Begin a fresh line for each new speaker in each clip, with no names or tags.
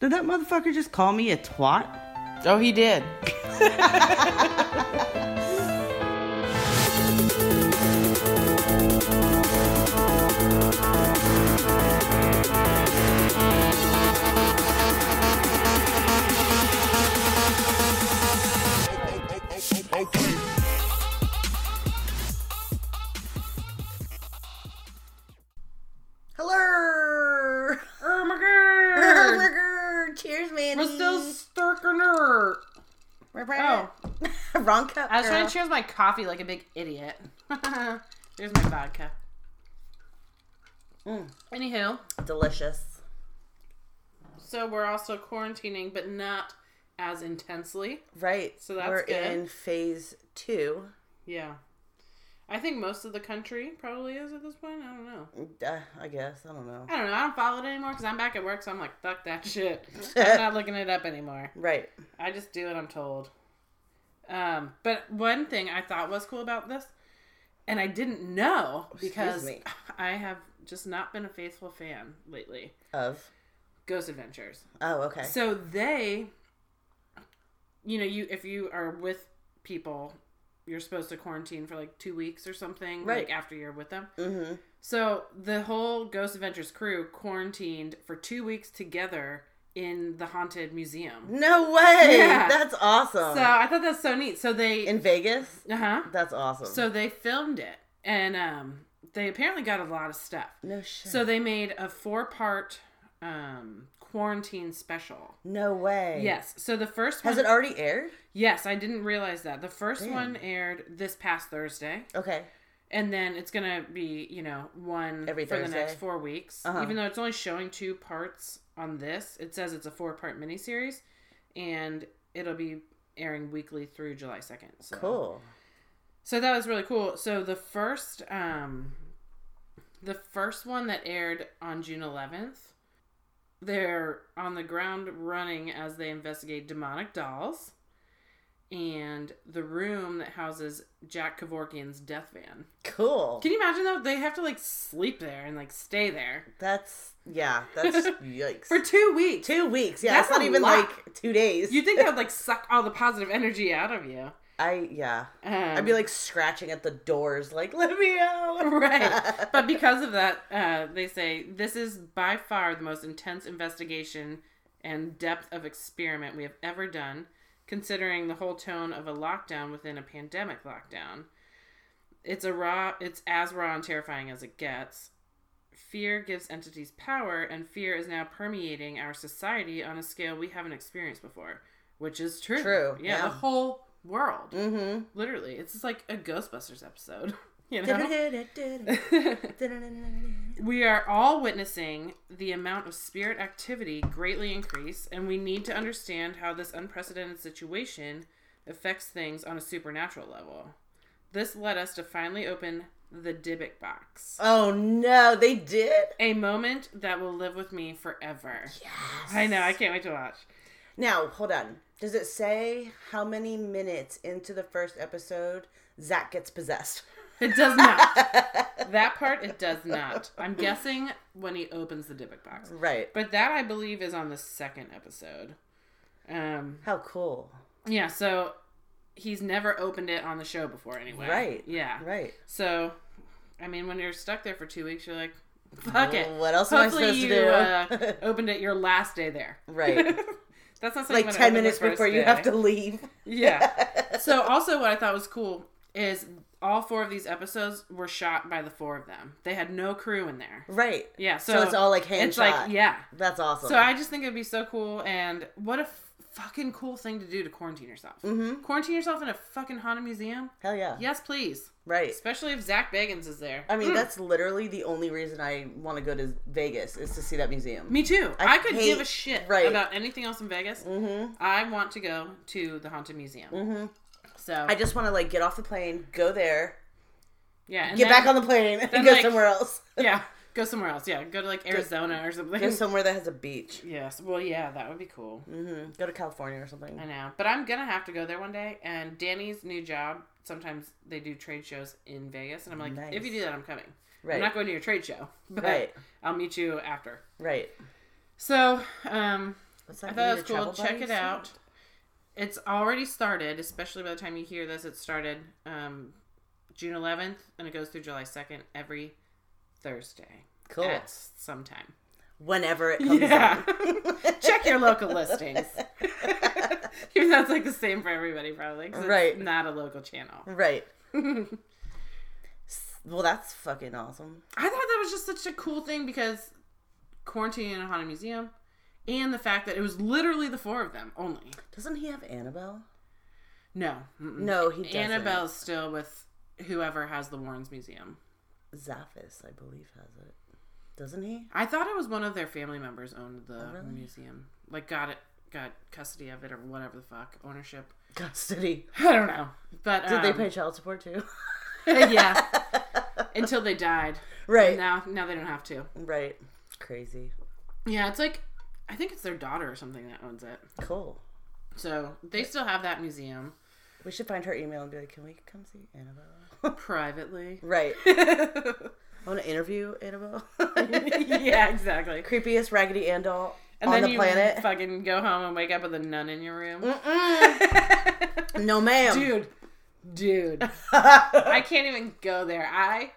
Did that motherfucker just call me a twat?
Oh, he did.
Hello.
Oh my god!
Burger. Cheers, man.
We're still stirking her.
Oh. Wrong cup.
I was
girl.
trying to cheers my coffee like a big idiot. Here's my vodka. Anywho,
Delicious.
so we're also quarantining, but not as intensely.
Right.
So that's
We're
good.
in phase two.
Yeah. I think most of the country probably is at this point. I don't know.
Uh, I guess. I don't know.
I don't know. I don't follow it anymore because I'm back at work, so I'm like, fuck that shit. I'm not looking it up anymore.
Right.
I just do what I'm told. Um, but one thing I thought was cool about this, and I didn't know because
Oh, me.
I have just not been a faithful fan lately.
Of.
Ghost Adventures.
Oh, okay.
So they, you know, you if you are with people, you're supposed to quarantine for like two weeks or something,
Right.
like after you're with them.
mm-hmm.
So the whole Ghost Adventures crew quarantined for two weeks together in the haunted museum.
No way.
Yeah.
That's awesome.
So I thought that's so neat. So they
in Vegas.
Uh huh.
That's awesome.
So they filmed it, and um, they apparently got a lot of stuff.
no shit.
So they made a four-part um, quarantine special.
no way.
Yes. So the first one.
Has it already aired?
yes, I didn't realize that. The first
Damn.
one aired this past Thursday,
Okay.
and then it's gonna be you know one
Every
for the
Thursday.
next four weeks.
Uh-huh.
Even though it's only showing two parts on this, it says it's a four-part miniseries, and it'll be airing weekly through July second. So.
Cool.
So that was really cool. So the first um the first one that aired on June 11th, they're on the ground running as they investigate demonic dolls and the room that houses Jack Kevorkian's death van.
Cool.
Can you imagine though? They have to like sleep there and like stay there
That's yeah. That's yikes.
for 2 weeks.
two weeks. Yeah.
That's
it's not
a
even
lot.
like two days.
You'd think that would like suck all the positive energy out of you.
I yeah.
Um,
I'd be like scratching at the doors, like let me out.
right. But because of that, uh, they say this is by far the most intense investigation and depth of experiment we have ever done, considering the whole tone of a lockdown within a pandemic lockdown. It's a raw. It's as raw and terrifying as it gets. Fear gives entities power, and fear is now permeating our society on a scale we haven't experienced before, which is true.
True,
Yeah,
yeah.
the whole world.
Mm-hmm.
Literally, it's just like a Ghostbusters episode. You know.
we
We are all witnessing the amount of spirit activity greatly increase, and we need to understand how this unprecedented situation affects things on a supernatural level. This led us to finally open the Dybbuk box,
Oh no, they did.
a moment that will live with me forever. I know, I can't wait to watch.
Now hold on. Does it say how many minutes into the first episode Zach gets possessed?
It does not. that part, it does not. I'm guessing when he opens the Dybbuk box.
Right.
But that, I believe, is on the second episode. Um,
How cool.
Yeah, so he's never opened it on the show before anyway.
Right.
Yeah.
Right.
So, I mean, when you're stuck there for two weeks, you're like, fuck it.
What else am I supposed
Hopefully
to
you
do?
uh, opened it your last day there.
Right.
That's not something
like
you wanna
ten
open the
minutes
first
before you
day.
have to leave.
Yeah. so also what I thought was cool is all four of these episodes were shot by the four of them. They had no crew in there.
Right.
Yeah. So,
So, it's all like hand
it's
shot.
like yeah.
That's awesome.
So I just think it'd be so cool, and what a f- fucking cool thing to do to quarantine yourself.
Mhm.
Quarantine yourself in a fucking haunted museum?
Hell yeah.
Yes, please.
Right.
Especially if Zach Bagans is there.
I mean, that's literally the only reason I want to go to Vegas is to see that museum.
me too. I,
I
could
hate-
give a shit
right.
about anything else in Vegas.
Mm-hmm.
I want to go to the haunted museum.
Mm-hmm.
So
I just want to like get off the plane, go there,
yeah, and
get
then-
back on the plane, and
then,
go
like-
somewhere else.
yeah, go somewhere else. Yeah, go to like Arizona or something.
Go somewhere that has a beach.
yes. Well, yeah, that would be cool.
Mm-hmm. Go to California or something.
I know, but I'm gonna have to go there one day. And Danny's new job. Sometimes they do trade shows in Vegas, and I'm like,
Nice.
if you do that, I'm coming.
Right.
I'm not going to your trade show, but
Right.
I'll meet you after.
Right.
So, um,
Does that
I
mean
thought
the
it was cool.
travel
Check
buddy
it out.
suit?
It's already started, especially by the time you hear this, it started um, June 11th and it goes through July 2nd every Thursday.
Cool.
At sometime.
Whenever it comes out.
Yeah. Check your local listings. Even though it's like the same for everybody, probably. 'cause it's
Right.
Not a local channel.
Right. S- well, that's fucking awesome.
I thought that was just such a cool thing because quarantine in a haunted museum and the fact that it was literally the four of them only.
Doesn't he have Annabelle?
No. mm-mm.
No, he doesn't.
Annabelle's still with whoever has the Warrens Museum.
Zaphis, I believe, has it. Doesn't he?
I thought it was one of their family members owned the
really?
museum. Like got it got custody of it or whatever the fuck. Ownership.
Custody.
I don't know. But
Did they
um,
pay child support too?
yeah. Until they died.
right.
Now now they don't have to.
Right. Crazy.
Yeah, it's like I think it's their daughter or something that owns it.
Cool.
So they still have that museum
We should find her email and be like, can we come see Annabelle?
privately.
right.
yeah,
I want to interview Annabelle.
exactly.
Creepiest Raggedy Ann doll
And
on
then
the
you
planet.
fucking go home and wake up with a nun in your room.
Mm-mm. no, ma'am.
dude, dude. I can't even go there. I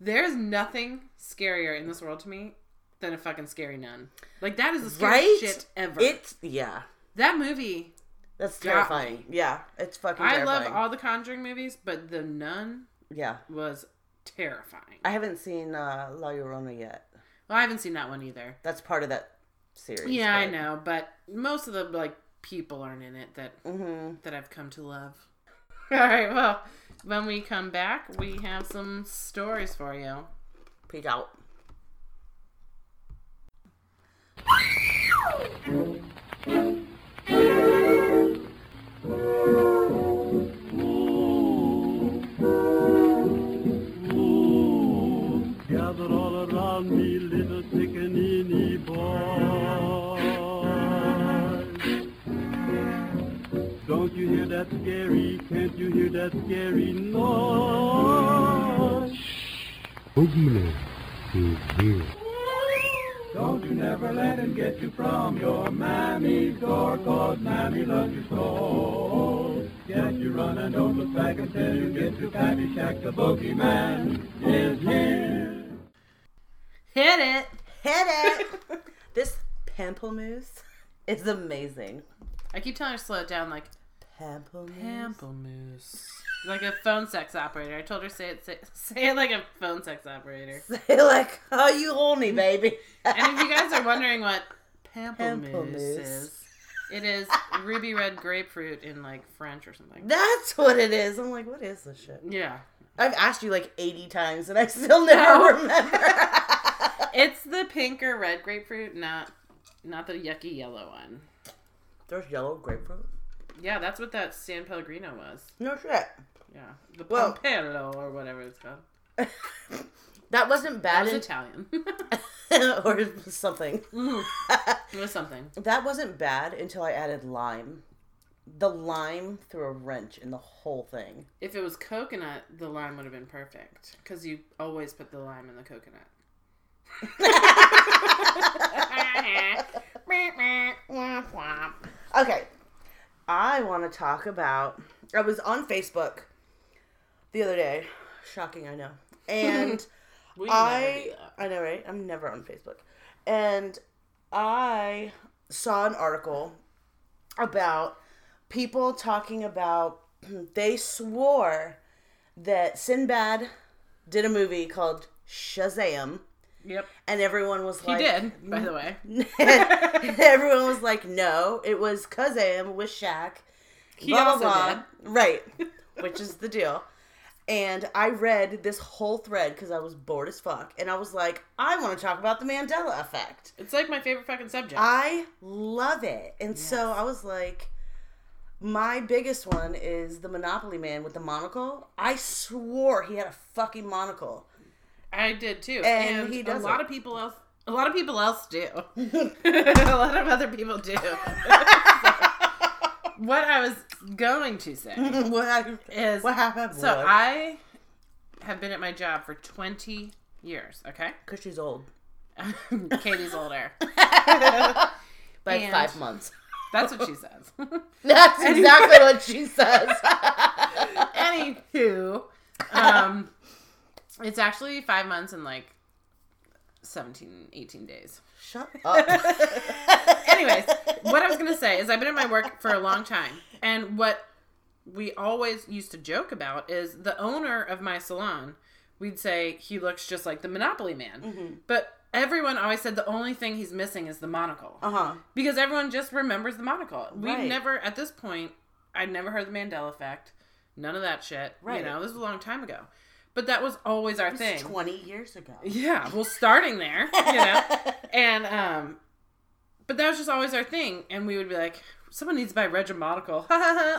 there's nothing scarier in this world to me than a fucking scary nun. Like that is the scariest
Right?
shit ever.
it's yeah.
that movie.
That's
Got
terrifying.
me.
Yeah, it's fucking.
I
Terrifying.
love all the Conjuring movies, but the nun
Yeah,
was terrifying.
I haven't seen uh, La Llorona yet.
Well, I haven't seen that one either.
That's part of that series.
Yeah, I know, but most of the like people aren't in it that
Mm-hmm.
that I've come to love. All right, well, when we come back, we have some stories for you.
Peace out.
Gather all around me, little pickaninny boys. Don't you hear that scary? Can't you hear that scary noise?
Boogeyman is here.
Don't you never let him get you from your mammy's door, cause mammy loves you so. Yes, you run and don't look back until you get to Pappy Shack, the boogeyman is here.
Hit it.
Hit it. this pamplemousse is amazing.
I keep telling her to slow it down, like
Pamplemousse.
pamplemousse, like a phone sex operator. I told her say it say, say it like a phone sex operator.
Say like, oh, you horny baby.
And if you guys are wondering what pamplemousse,
Pamplemousse.
is, it is ruby red grapefruit in like French or something.
That's what it is. I'm like, what is this shit?
Yeah,
I've asked you like 80 times and I still never
No.
remember.
it's the pink or red grapefruit, not not the yucky yellow one.
There's yellow grapefruit.
Yeah, that's what that San Pellegrino was.
No shit.
Yeah, the
Well-
Pompello or whatever it's called.
That wasn't
That
bad
was
in
Italian.
or something.
Mm, it was something.
That wasn't bad until I added lime. The lime threw a wrench in the whole thing.
If it was coconut, the lime would have been perfect because you always put the lime in the coconut.
Okay. I want to talk about. I was on Facebook the other day. Shocking, I know. And
We never do
I
that.
I know, right? I'm never on Facebook. And I saw an article about people talking about they swore that Sinbad did a movie called Shazam
Yep,
and everyone was
he
like
did. By the way,
everyone was like no, it was Kazam with Shaq.
he
blah, blah,
also
blah.
did.
Right. Which is the deal. And I read this whole thread because I was bored as fuck. And I was like, I want to talk about the Mandela effect.
It's like my favorite fucking subject.
I love it. And so I was like, my biggest one is the Monopoly man with the monocle. I swore he had a fucking monocle.
I did too,
And
and,
he
a
doesn't.
lot of people else. A lot of people else do. a lot of other people do. what I was going to say
what happened?
is
What happened?
So I have been at my job for 20 years, okay?
because she's old.
Katie's older. but
by
And-
five months.
That's what she says.
That's exactly what she says.
Anywho, um, it's actually five months and like 17, 18 days.
Shut up.
Anyways, what I was gonna say is I've been in my work for a long time, and what we always used to joke about is the owner of my salon. We'd say he looks just like the Monopoly Man,
Mm-hmm.
but everyone always said the only thing he's missing is the monocle
Uh huh.
because everyone just remembers the monocle. We've
Right.
never at this point. I'd never heard the Mandela effect, none of that shit.
Right.
You know, this was a long time ago, but that was always our thing.
Twenty years ago.
Yeah, well, starting there, you know, and um, but that was just always our thing, and we would be like, someone needs to buy Reggie Monocle,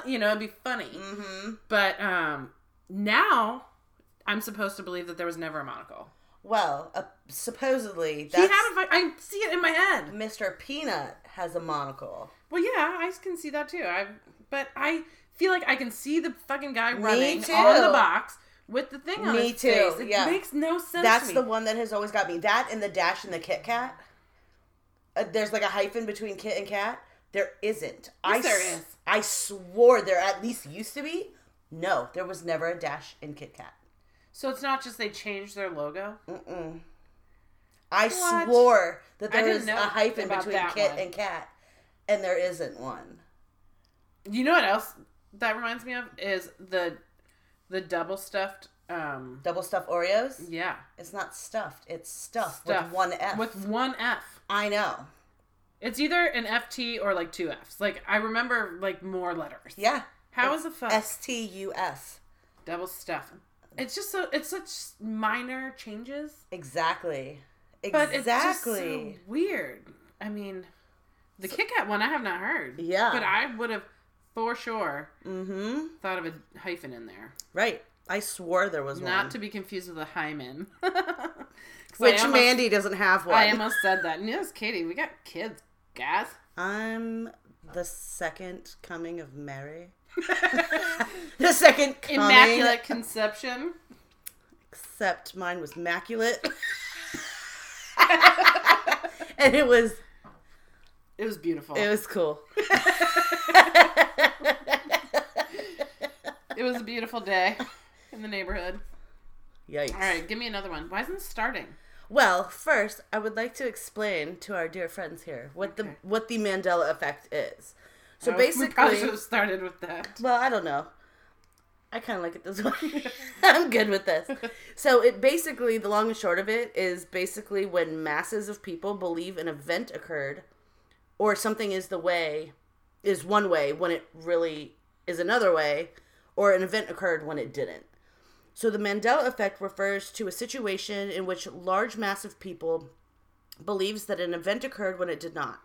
you know, it'd be funny.
Mm-hmm.
But um, now I'm supposed to believe that there was never a monocle.
Well, uh, supposedly
He had
that's
a, fu- I see it in my head.
Mr. Peanut has a monocle.
Well, yeah, I can see that too. I, but I feel like I can see the fucking guy
Me
running
too.
on the box with the thing on
Me
his
too,
face. It
yeah.
makes no sense.
That's
to me.
the one that has always got me. That and the dash and the Kit Kat. Uh, there's like a hyphen between Kit and Cat. There isn't. I
there
s-
is.
I swore there at least used to be. No, there was never a dash in Kit Kat.
So it's not just they changed their logo.
Mm-mm. I
What?
swore that
I
there
didn't
is a
know
hyphen
about
between
that
Kit
one.
and Cat, and there isn't one.
You know what else that reminds me of is the the double stuffed um
Double stuffed Oreos.
yeah
It's not stuffed. It's stuffed
stuff
with one F.
with one F.
I know.
It's either an FT or like two Fs. Like I remember like more letters.
Yeah.
How is the fuck
S T U F.
double stuff? It's just so it's such minor changes,
Exactly.
but
Exactly.
it's just so weird. I mean, the Kit Kat one I have not heard.
Yeah.
but I would have for sure
mm-hmm.
thought of a hyphen in there,
Right. I swore there was one.
not to be confused with a hymen. 'Cause I
Which
almost-
Mandy doesn't have one.
I almost said that. And it was Katie. We got kids, guys.
I'm the second coming of Mary. the second coming.
Immaculate conception.
Except mine was immaculate. and it was
It was beautiful.
it was cool.
It was a beautiful day in the neighborhood.
Yikes.
All right, give me another one. Why isn't it starting?
Well, first, I would like to explain to our dear friends here what
Okay.
the what the Mandela effect is. So
Oh,
basically,
we probably should have started with that.
Well, I don't know. I kind of like it this way. I'm good with this. So it basically, the long and short of it is basically when masses of people believe an event occurred, or something is the way, is one way when it really is another way, or an event occurred when it didn't. So the Mandela effect refers to a situation in which large mass of people believes that an event occurred when it did not.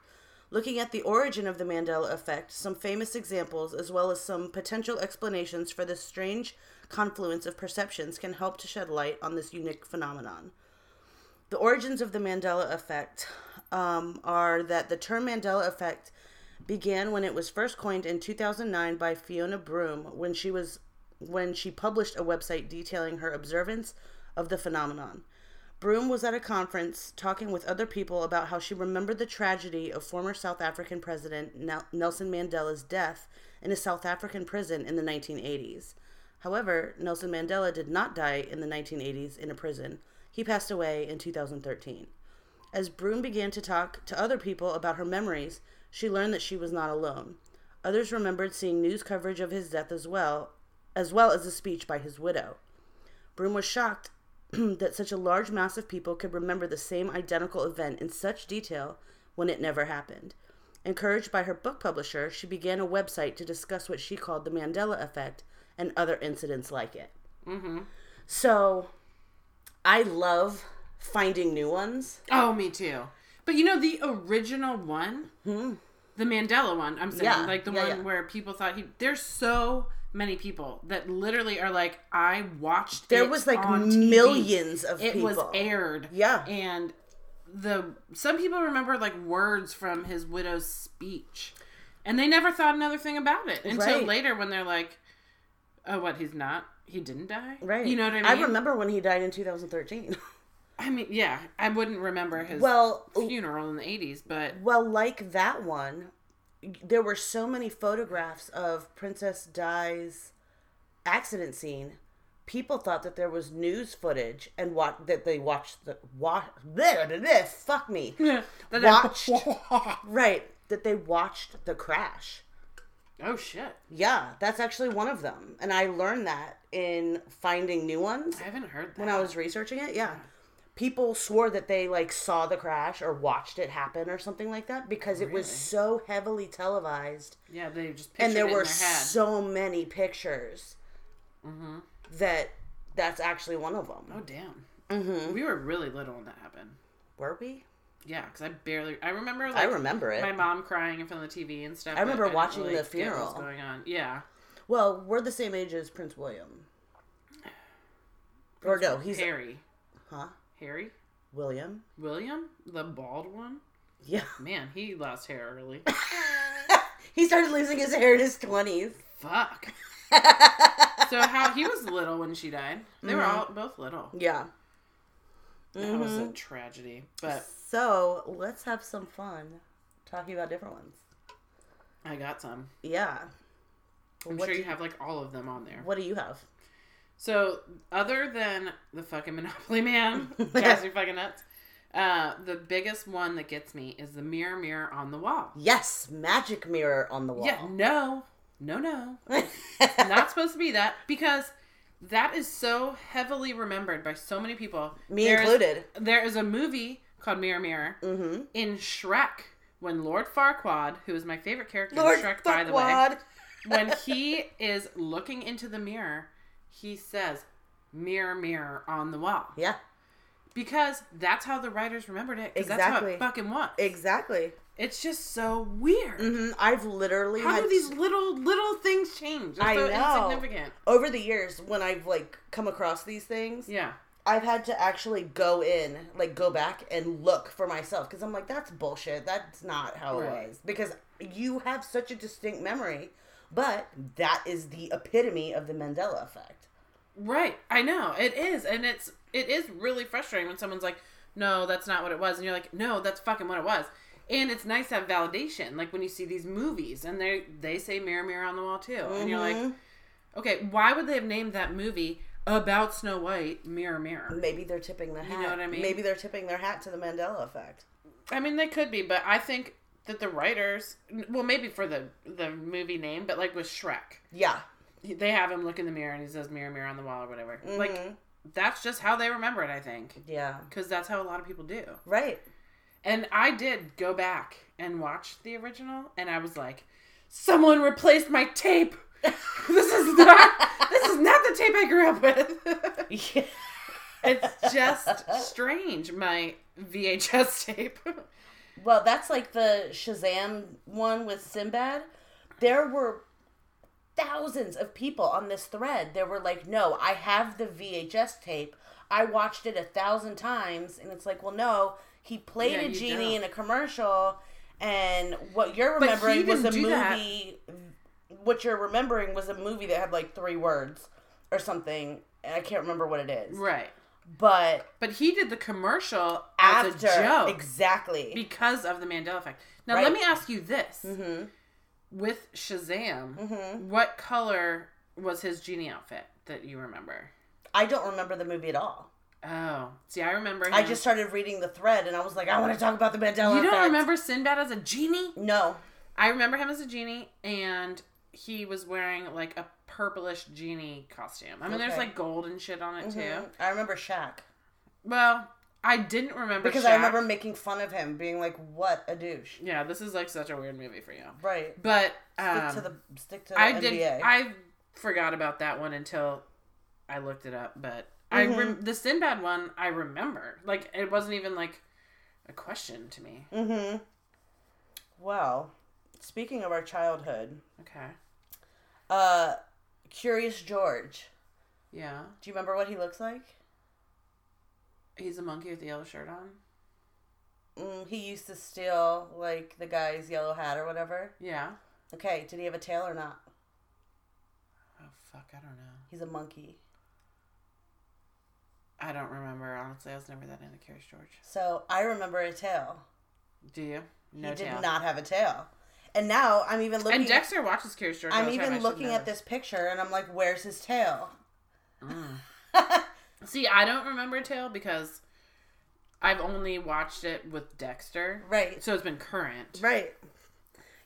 Looking at the origin of the Mandela effect, some famous examples, as well as some potential explanations for this strange confluence of perceptions, can help to shed light on this unique phenomenon. The origins of the Mandela effect um, are that the term Mandela effect began when it was first coined in 2009 by Fiona Broom when she was when she published a website detailing her observance of the phenomenon. Broom was at a conference talking with other people about how she remembered the tragedy of former South African President Nel- Nelson Mandela's death in a South African prison in the 1980s. However, Nelson Mandela did not die in the 1980s in a prison. He passed away in 2013. As Broom began to talk to other people about her memories, she learned that she was not alone. Others remembered seeing news coverage of his death as well, as well as a speech by his widow. Broom was shocked that such a large mass of people could remember the same identical event in such detail when it never happened. Encouraged by her book publisher, she began a website to discuss what she called the Mandela effect and other incidents like it. So, I love finding new ones.
Oh, me too. But you know the original one, the Mandela one. I'm saying
Hmm. Yeah,
like the
yeah,
one
yeah.
where people thought he. There's so many people that literally are like, I watched.
There
it
was like
on TV."
millions of
it
people.
was aired.
Yeah.
and the some people remember like words from his widow's speech, and they never thought another thing about it until
Right.
later when they're like, "Oh, what? He's not. He didn't die.
Right.
You know what I mean?
I remember when he died in 2013.
I mean, yeah, I wouldn't remember his
Well,
funeral in the 80s, but
Well, like that one, there were so many photographs of Princess Di's accident scene. People thought that there was news footage and what that they watched the watch. Fuck me.
That I-
watched right that they watched the crash.
Oh shit.
Yeah, that's actually one of them, and I learned that in finding new ones
I haven't heard that.
when I was researching it, yeah. People swore that they like saw the crash or watched it happen or something like that because it was so heavily televised
yeah, they just pictured
and there
it in
were
their head. Mm-hmm.
so many pictures that that's actually one of them.
oh damn.
mm-hmm.
We were really little when that happened.
Were we?
Yeah, because I barely. I remember. Like,
I remember it.
my mom crying in front of the TV and stuff. but
remember
didn't
watching the
get what was
funeral.
going on? Yeah,
well, we're the same age as Prince William. Or no, he's
Harry.
huh?
Harry
William?
William, the bald one.
Yeah.
Man, he lost hair early.
he started losing his hair in his 20s.
Fuck. So how he was little when she died. They were
Mm-hmm.
all both little.
yeah.
That was
Mm-hmm.
a tragedy. But
So let's have some fun talking about different ones.
I got some.
Yeah.
I'm
what,
sure
do
you have like all of them on there.
what do you have?
So, other than the fucking Monopoly Man, drives me fucking nuts. Uh, the biggest one that gets me is the mirror, mirror on the wall.
Yes, magic mirror on the wall.
Yeah, no, no, no, not supposed to be that because that is so heavily remembered by so many people.
Me
There is-
included. Mm-hmm.
There is a movie called Mirror, Mirror in Shrek when Lord Farquaad, who is my favorite character
Lord
in Shrek, by the way,
Farquaad.
when he is looking into the mirror, he says, "Mirror, mirror on the wall."
Yeah,
Because that's how the writers remembered it. Because that's how
Exactly.
it fucking was.
exactly.
It's just so weird.
hmm I've literally
How
had
do these little little things change? They're
I
so
know.
insignificant.
over the years when I've like come across these things,
Yeah.
I've had to actually go in, like go back and look for myself because I'm like, that's bullshit. That's not how
Right.
it was. Because you have such a distinct memory, but that is the epitome of the Mandela effect.
Right. I know. It is. And it's it is really frustrating when someone's like, No, that's not what it was and you're like, No, that's fucking what it was. And it's nice to have validation, like when you see these movies and they they say mirror mirror on the wall too. And you're like, Okay, why would they have named that movie about Snow White Mirror Mirror?
Maybe they're tipping the hat.
know what I mean?
Maybe they're tipping their hat to the Mandela effect.
I mean, they could be, but I think that the writers, well, maybe for the the movie name, but like with Shrek,
Yeah.
they have him look in the mirror and he says "mirror, mirror on the wall" or whatever. Like that's just how they remember it, I think,
Yeah.
because that's how a lot of people do.
Right.
And I did go back and watch the original, and I was like, "Someone replaced my tape. this is not this is not the tape I grew up with." it's just strange. My VHS tape.
Well, that's like the Shazam one with Sinbad. There were thousands of people on this thread. There were like, no, I have the VHS tape. I watched it a thousand times. And it's like, well, no, he played
Yeah,
a
you
genie
don't.
in a commercial. And what you're
he
remembering was a
didn't do that.
movie. What you're remembering was a movie that had like three words or something. And I can't remember what it is.
right.
But
But he did the commercial as
after.
a joke
Exactly.
because of the Mandela effect. Now,
Right. Mm-hmm.
let me ask you this: with Shazam, what color was his genie outfit that you remember?
I don't remember the movie at all.
Oh, see, I remember. Him.
I just started reading the thread and I was like, I want to talk about the Mandela
you don't
effect.
remember Sinbad as a genie?
No.
I remember him as a genie, and he was wearing like a purplish genie costume. I mean, there's
Okay. Mm-hmm.
like gold and shit on it too.
I remember Shaq.
Well, I didn't remember
Because
Shaq.
I remember making fun of him, being like, what a douche.
Yeah, this is like such a weird movie for you,
Right.
but
Stick
um,
to the stick to the
I
NBA.
did. I forgot about that one until I looked it up. But I
Mm-hmm.
rem- the Sinbad one I remember. Like it wasn't even like a question to me.
Mm. Mm-hmm. well, speaking of our childhood,
Okay.
uh Curious George.
Yeah.
Do you remember what he looks like?
He's a monkey with a yellow shirt on.
Mm, he used to steal like the guy's yellow hat or whatever.
Yeah.
Okay, did he have a tail or not?
Oh fuck! I don't know.
He's a monkey.
I don't remember, honestly. I was never that into Curious George.
So I remember a tail.
Do you? No
he did
tail.
not have a tail. And now I'm even looking.
and Dexter watches Curious George. all
I'm
the time, I
even
should
looking
know
at this picture, and I'm like, "Where's his tail?"
Ah. See, I don't remember Tail because I've only watched it with Dexter.
Right.
So it's been current.
Right.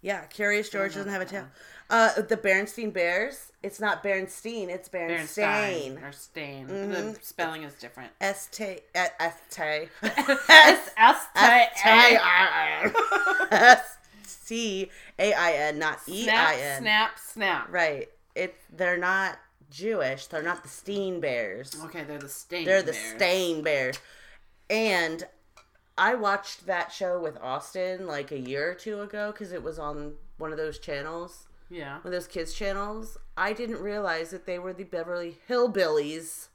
Yeah, Curious George doesn't have a tail. Uh, the Bernstein Bears. It's not Bernstein. It's
Berenstain
Bernstein.
Or Stain. The
Mm-hmm.
spelling is different.
S T uh, S T
S S T A.
S C A I N, not E I
Snap,
N.
snap, snap.
Right. It. They're not Jewish. They're not the Steen Bears.
Okay, they're the Stain.
They're the
bears.
Stain Bears. And I watched that show with Austin like a year or two ago because it was on one of those channels,
Yeah.
one of those kids' channels. I didn't realize that they were the Beverly Hillbillies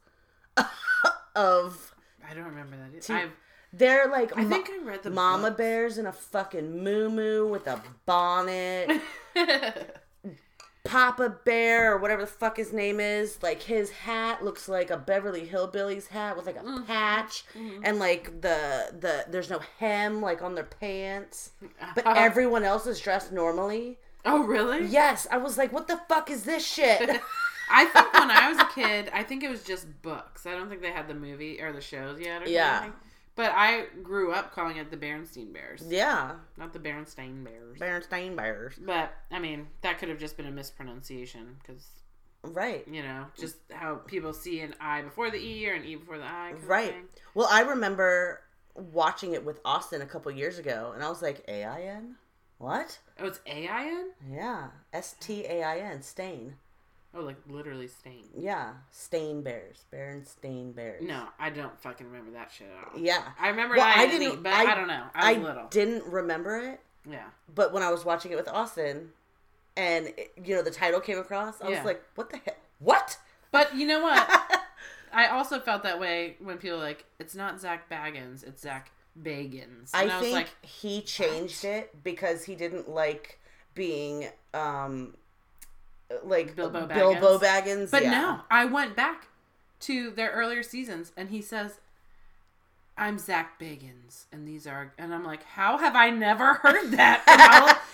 of.
I don't remember that. either. I've,
They're like
I
mo-
think I read the
mama
book.
bears in a fucking moo moo with a bonnet. Papa Bear or whatever the fuck his name is, like his hat looks like a Beverly Hillbillies hat with like a
Mm-hmm.
patch and like the the there's no hem like on their pants. But
Uh-huh.
everyone else is dressed normally.
oh, really?
Yes, I was like, what the fuck is this shit?
I think when I was a kid, I think it was just books. I don't think they had the movie or the shows yet. Or
Yeah.
Anything. But I grew up calling it the Berenstain Bears,
yeah.
not the Berenstain Bears.
Bernstein Bears.
But I mean, that could have just been a mispronunciation because
Right.
you know, just how people see an I before the E or an E before the I. kind of
Right.
thing.
Well, I remember watching it with Austin a couple years ago and I was like, A I N? What?
Oh, it's A I N.
Yeah. S T A I N stain.
Oh, like literally stain.
Yeah, Stain Bears, Baron Stain Bears.
No, I don't fucking remember that shit at all.
Yeah,
I remember
Well,
an I,
I
and an
didn't-
E, but
I-
I, don't know. I was little.
didn't remember it,
Yeah.
but when I was watching it with Austin, and it- you know the title came across, I
Yeah.
was like, "What the hell? What?"
But you know what? I also felt that way when people were like, it's not Zach Baggins, it's Zach Bagans.
I,
And I, was
think
like,
he changed it because he didn't like being um like
Bilbo
Bilbo Baggins.
but
yeah.
no, I went back to their earlier seasons and he says, I'm Zach Bagans, and these are, and I'm like, how have I never heard that?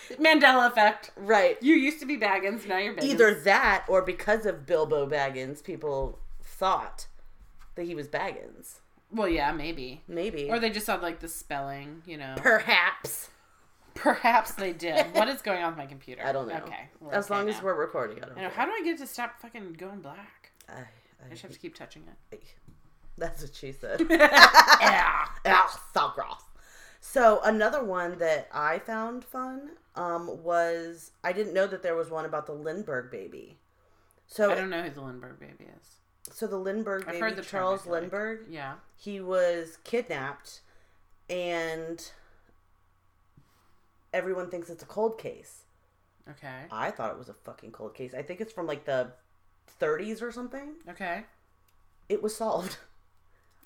Well, Mandela effect.
right.
You used to be Baggins, now you're Baggins.
Either that or because of Bilbo Baggins, people thought that he was Baggins.
Well, yeah, maybe.
Maybe
Or they just saw like the spelling, you know.
perhaps.
Perhaps they did. What is going on with my computer?
I don't know.
Okay. we're
as
okay
long
now.
as we're recording, I don't
I know,
care.
how do I get it to stop fucking going black?
I,
I just have to keep touching
I,
it.
that's what she said. Ah, so gross. So another one that I found fun um, was I didn't know that there was one about the Lindbergh baby.
I
So
don't know who the Lindbergh baby is.
so the Lindbergh
I've
baby,
heard the term, I
Charles
feel like.
Lindbergh,
Yeah.
he was kidnapped, and everyone thinks it's a cold case.
Okay.
I thought it was a fucking cold case. I think it's from like the 30s or something.
Okay.
It was solved.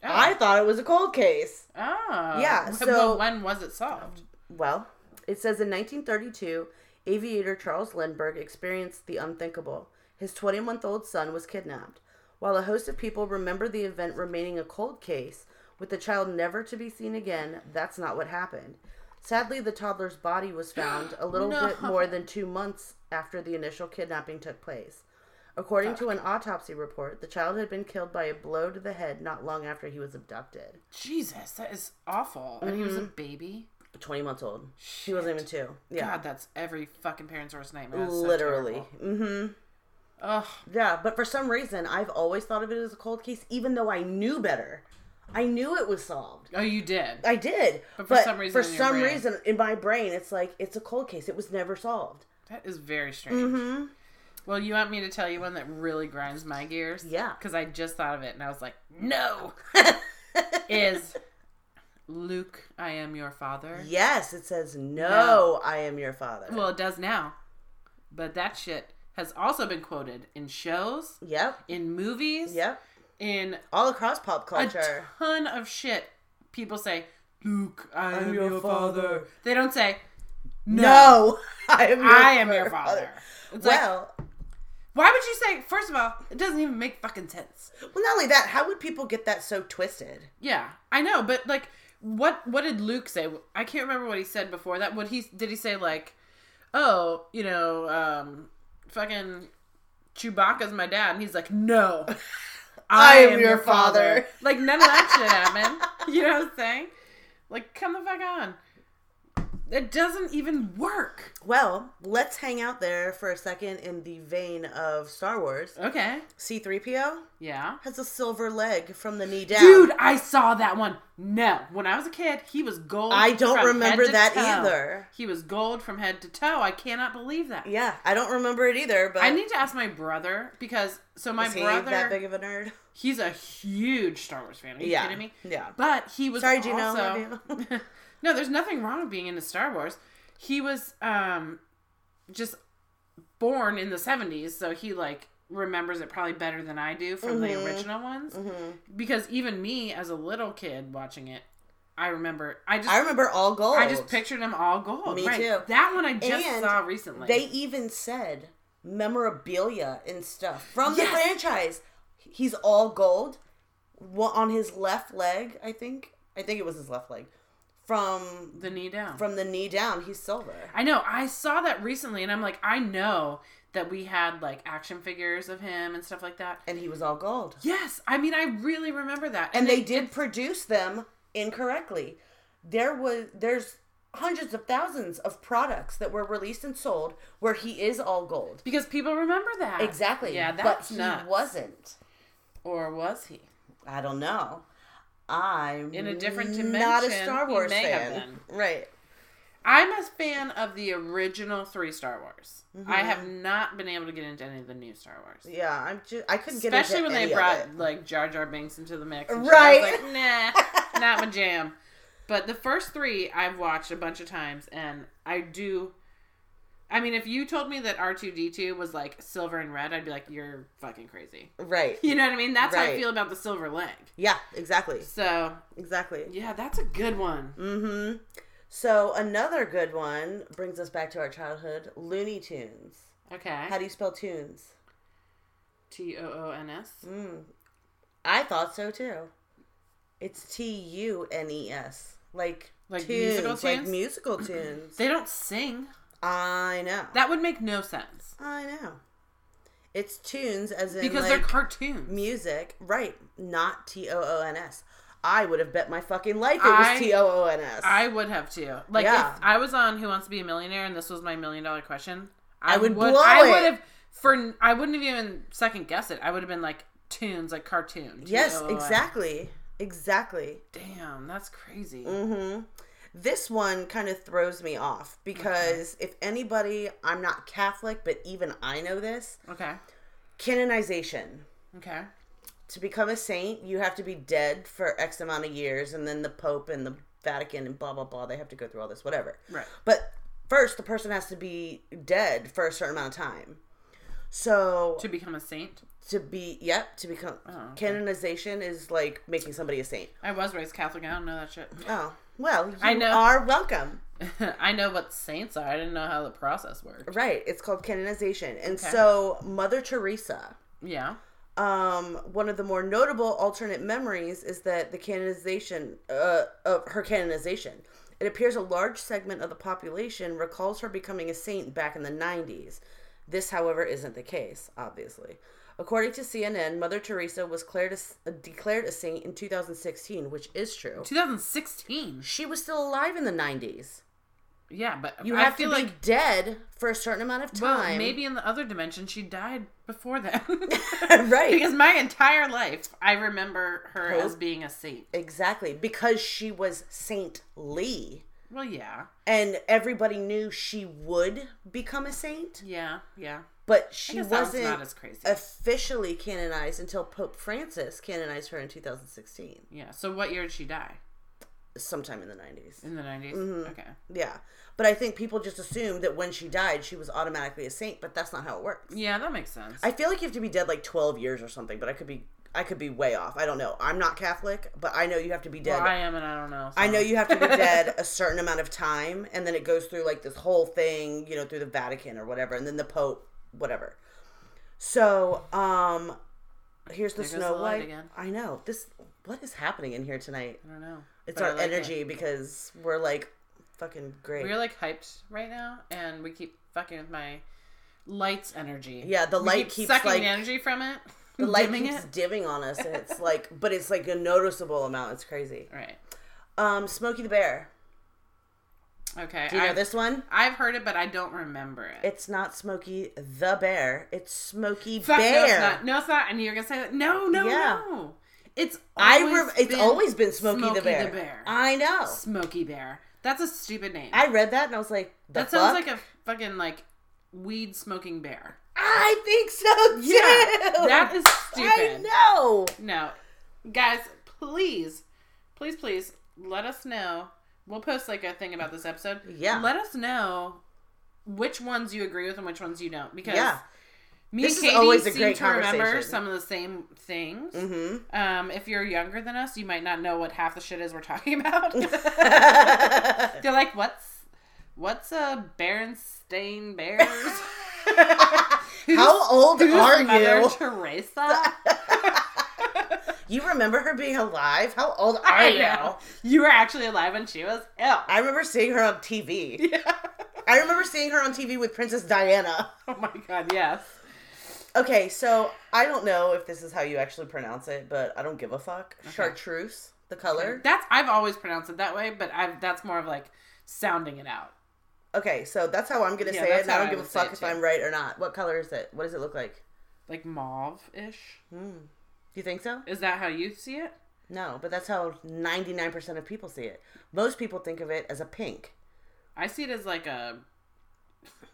Oh.
I thought it was a cold case.
Oh.
Yeah,
Wh-
so- Um,
well, when was it solved?
Well, it says in 1932, aviator Charles Lindbergh experienced the unthinkable. His 21 month old son was kidnapped. While a host of people remember the event remaining a cold case, with the child never to be seen again, that's not what happened. Sadly, the toddler's body was found a little
No.
bit more than two months after the initial kidnapping took place. According to an autopsy report, the child had been killed by a blow to the head not long after he was abducted.
Jesus, that is awful. And he was a
mm-hmm.
baby?
20 months old. He wasn't even two. Yeah.
God, that's every fucking parent's worst nightmare.
literally. Mm-hmm.
Ugh.
Yeah, but for some reason, I've always thought of it as a cold case, even though I knew better. I knew it was solved.
Oh, you did.
I did,
But for some reason
for
in your
some
brain-
reason in my brain, it's like it's a cold case. It was never solved.
That is very strange.
Mm-hmm.
Well, you want me to tell you one that really grinds my gears?
Yeah.
Because I just thought of it and I was like, no! is Luke, I am your father?
Yes, it says no. I am your father.
Well, it does now. But that shit has also been quoted in shows,
yep,
in movies,
yep.
in
All across pop
a
culture.
ton of shit. People say, Luke, I am
your
your, father.
father.
They don't say,
no, I am. Your
I am your father. It's like,
Well,
Why would you say? First of all, it doesn't even make fucking sense.
Well, not only that, how would people get that so twisted?
Yeah, I know, but like, what what did Luke say? I can't remember what he said before that. What he did he say like, oh, you know, um, fucking Chewbacca's my dad, and he's like, no,
I am your father.
Like none of that shit happened. You know what I'm saying? Like, come the fuck on. It doesn't even work.
Well, let's hang out there for a second in the vein of Star Wars.
Okay.
C3PO
Yeah.
has a silver leg from the knee down.
Dude, I saw that one. No, when I was a kid, he was gold.
I don't
from
remember
head to
that
toe.
either.
He was gold from head to toe. I cannot believe that.
Yeah, I don't remember it either, but
I need to ask my brother because so my
is he
brother,
that big of a nerd?
he's a huge Star Wars fan. Are you
Yeah,
kidding me?
yeah.
But he was
Sorry,
also
Gino, love
no. There's nothing wrong with being into Star Wars. He was um just born in the 70s, so he like remembers it probably better than I do from the
Mm-hmm.
original ones. Because even me as a little kid watching it, I remember. I just
I remember all gold.
I just pictured him all gold.
Me
right.
too.
That one I just
And
saw recently.
They even said memorabilia and stuff from the
Yes.
franchise. He's all gold Wa- on his left leg, I think. I think it was his left leg. From
the knee down.
from the knee down, he's silver.
I know. I saw that recently, and I'm like, I know that we had like action figures of him and stuff like that.
And he was all gold.
Yes, I mean, I really remember that.
and
it-
they did produce them incorrectly. There was there's hundreds of thousands of products that were released and sold where he is all gold.
because people remember that
Exactly.
Yeah, that's
but
nuts.
he wasn't.
or was he
I don't know. I'm
in a different dimension?
not a Star
he
Wars
may have
fan.
been.
Right.
I'm a fan of the original three Star Wars. I
Mm-hmm.
have not been able to get into any of the new Star Wars.
Yeah, I'm just I couldn't get
Especially
into
when
any
they
of it.
brought like Jar Jar Binks into the mix, and shit. I was
Right.
like, nah, not my jam. But the first three I've watched a bunch of times, and I do. I mean, if you told me that R two D two was like silver and red, I'd be like, you're fucking crazy.
Right.
You know what I mean? That's how I
Right.
feel about the silver leg.
Yeah, exactly.
So
Exactly.
yeah, that's a good one.
Mm-hmm. So another good one brings us back to our childhood, Looney Tunes. How
Okay.
do you spell tunes?
T O O N S.
Mm. I thought so too. It's T U N E S. Like,
Like
tunes,
musical
like
tunes?
musical tunes.
They don't sing.
I know.
That would make no sense
I know. It's tunes as in
because
like,
they're cartoons.
music, right? Not T O O N S. I would have bet my fucking life it
I-
was T O O N S.
I would have too. Like
Yeah.
if I was on Who Wants to Be a Millionaire and this was my million dollar question, I,
I
would,
would blow
I
it.
would have for I wouldn't have even second guess it. I would have been like tunes, like cartoons.
Yes, exactly. Exactly.
Damn, that's crazy.
hmm This one kind of throws me off because if anybody, I'm not Catholic, but even I know this
Okay.
canonization.
Okay.
to become a saint, you have to be dead for X amount of years, and then the Pope and the Vatican and blah blah blah. They have to go through all this, whatever.
Right.
But first, the person has to be dead for a certain amount of time. So
To become a saint.
to be, yep, to become
Oh, okay.
canonization is like making somebody a saint.
I was raised Catholic. I don't know that shit.
Oh well, you
I know.
are welcome.
I know what saints are. I didn't know how the process worked.
Right? It's called canonization, and so Mother Teresa.
Yeah.
um, one of the more notable alternate memories is that the canonization uh, of her canonization. It appears a large segment of the population recalls her becoming a saint back in the 90s. This, however, isn't the case, obviously. According to CNN, Mother Teresa was declared a, s- declared a saint in 2016, which is true.
2016.
She was still alive in the 90s.
Yeah, but
You
I
have to
feel
be
like
dead for a certain amount of
well,
time.
maybe in the other dimension she died before then.
Right.
Because my entire life I remember her
Hope.
as being a saint.
Exactly, because she was saintly.
Well, yeah.
and everybody knew she would become a saint,
Yeah, yeah.
but she
guess that one's
wasn't
not as crazy.
officially canonized until Pope Francis canonized her in 2016,
Yeah. So what year did she die?
sometime in the 90s.
In the 90s?
Mm-hmm.
Okay.
Yeah, but I think people just assumed that when she died, she was automatically a saint, but that's not how it works.
Yeah, that makes sense.
I feel like you have to be dead like 12 years or something, but I could be I could be way off. I don't know. I'm not Catholic, but I know you have to be dead.
well, I am and I don't know.
I
so.
know you have to be dead a certain amount of time, and then it goes through like this whole thing, you know, through the Vatican or whatever, and then the Pope, whatever. So, um, here's the
There goes the
Snow
light
White.
again.
I know this. What is happening in here tonight?
I don't know.
It's
But I
our
like it.
energy because we're like fucking great.
We're like hyped right now, and we keep fucking with my lights energy.
Yeah, the
We
light keeps,
keep sucking
like-
the energy from it.
the light
dimming
keeps
it.
dimming on us, and it's like, but it's like a noticeable amount. It's crazy.
Right.
Um, Smokey the Bear.
Okay.
Do you know
I've,
this one?
I've heard it, but I don't remember it.
It's not Smokey the Bear. It's Smokey
Fuck,
Bear.
No, it's not. No, it's not. And you're gonna say that? No, no,
Yeah.
no. It's
I
always
re- it's always been Smokey, the, Bear. I know.
Smokey Bear. That's a stupid name.
I read that and I was like, the
that sounds
fuck?
like a fucking like weed smoking bear.
I think so too.
Yeah, that is
I
stupid.
know.
No, guys, please, please, please, let us know. We'll post like a thing about this episode.
Yeah.
Let us know which ones you agree with and which ones you don't. Because
Yeah.
me
This is
and Katie
always a
seem
great
to remember
conversation.
some of the same things.
Mm-hmm.
Um, if you're younger than us, you might not know what half the shit is we're talking about. They're like, what's what's a Berenstain Bears?
How old
Who's
are
Mother
you?
Teresa?
You remember her being alive? How old are
I
you?
know. You were actually alive when she was ill.
I remember seeing her on TV. I remember seeing her on TV with Princess Diana.
Oh my god, yes.
Okay, so I don't know if this is how you actually pronounce it, but I don't give a fuck. Chartreuse, the color.
That's I've always pronounced it that way, but I've that's more of like sounding it out.
Okay, so that's how I'm gonna
Yeah,
say it.
that's
And I
how
don't
I
give a
would say
fuck
it
if
too.
I'm right or not. What color is it? What does it look like?
Like mauve ish.
Hmm. You think so?
Is that how you see it?
No, but that's how 99% of people see it. Most people think of it as a pink,
I see it as like a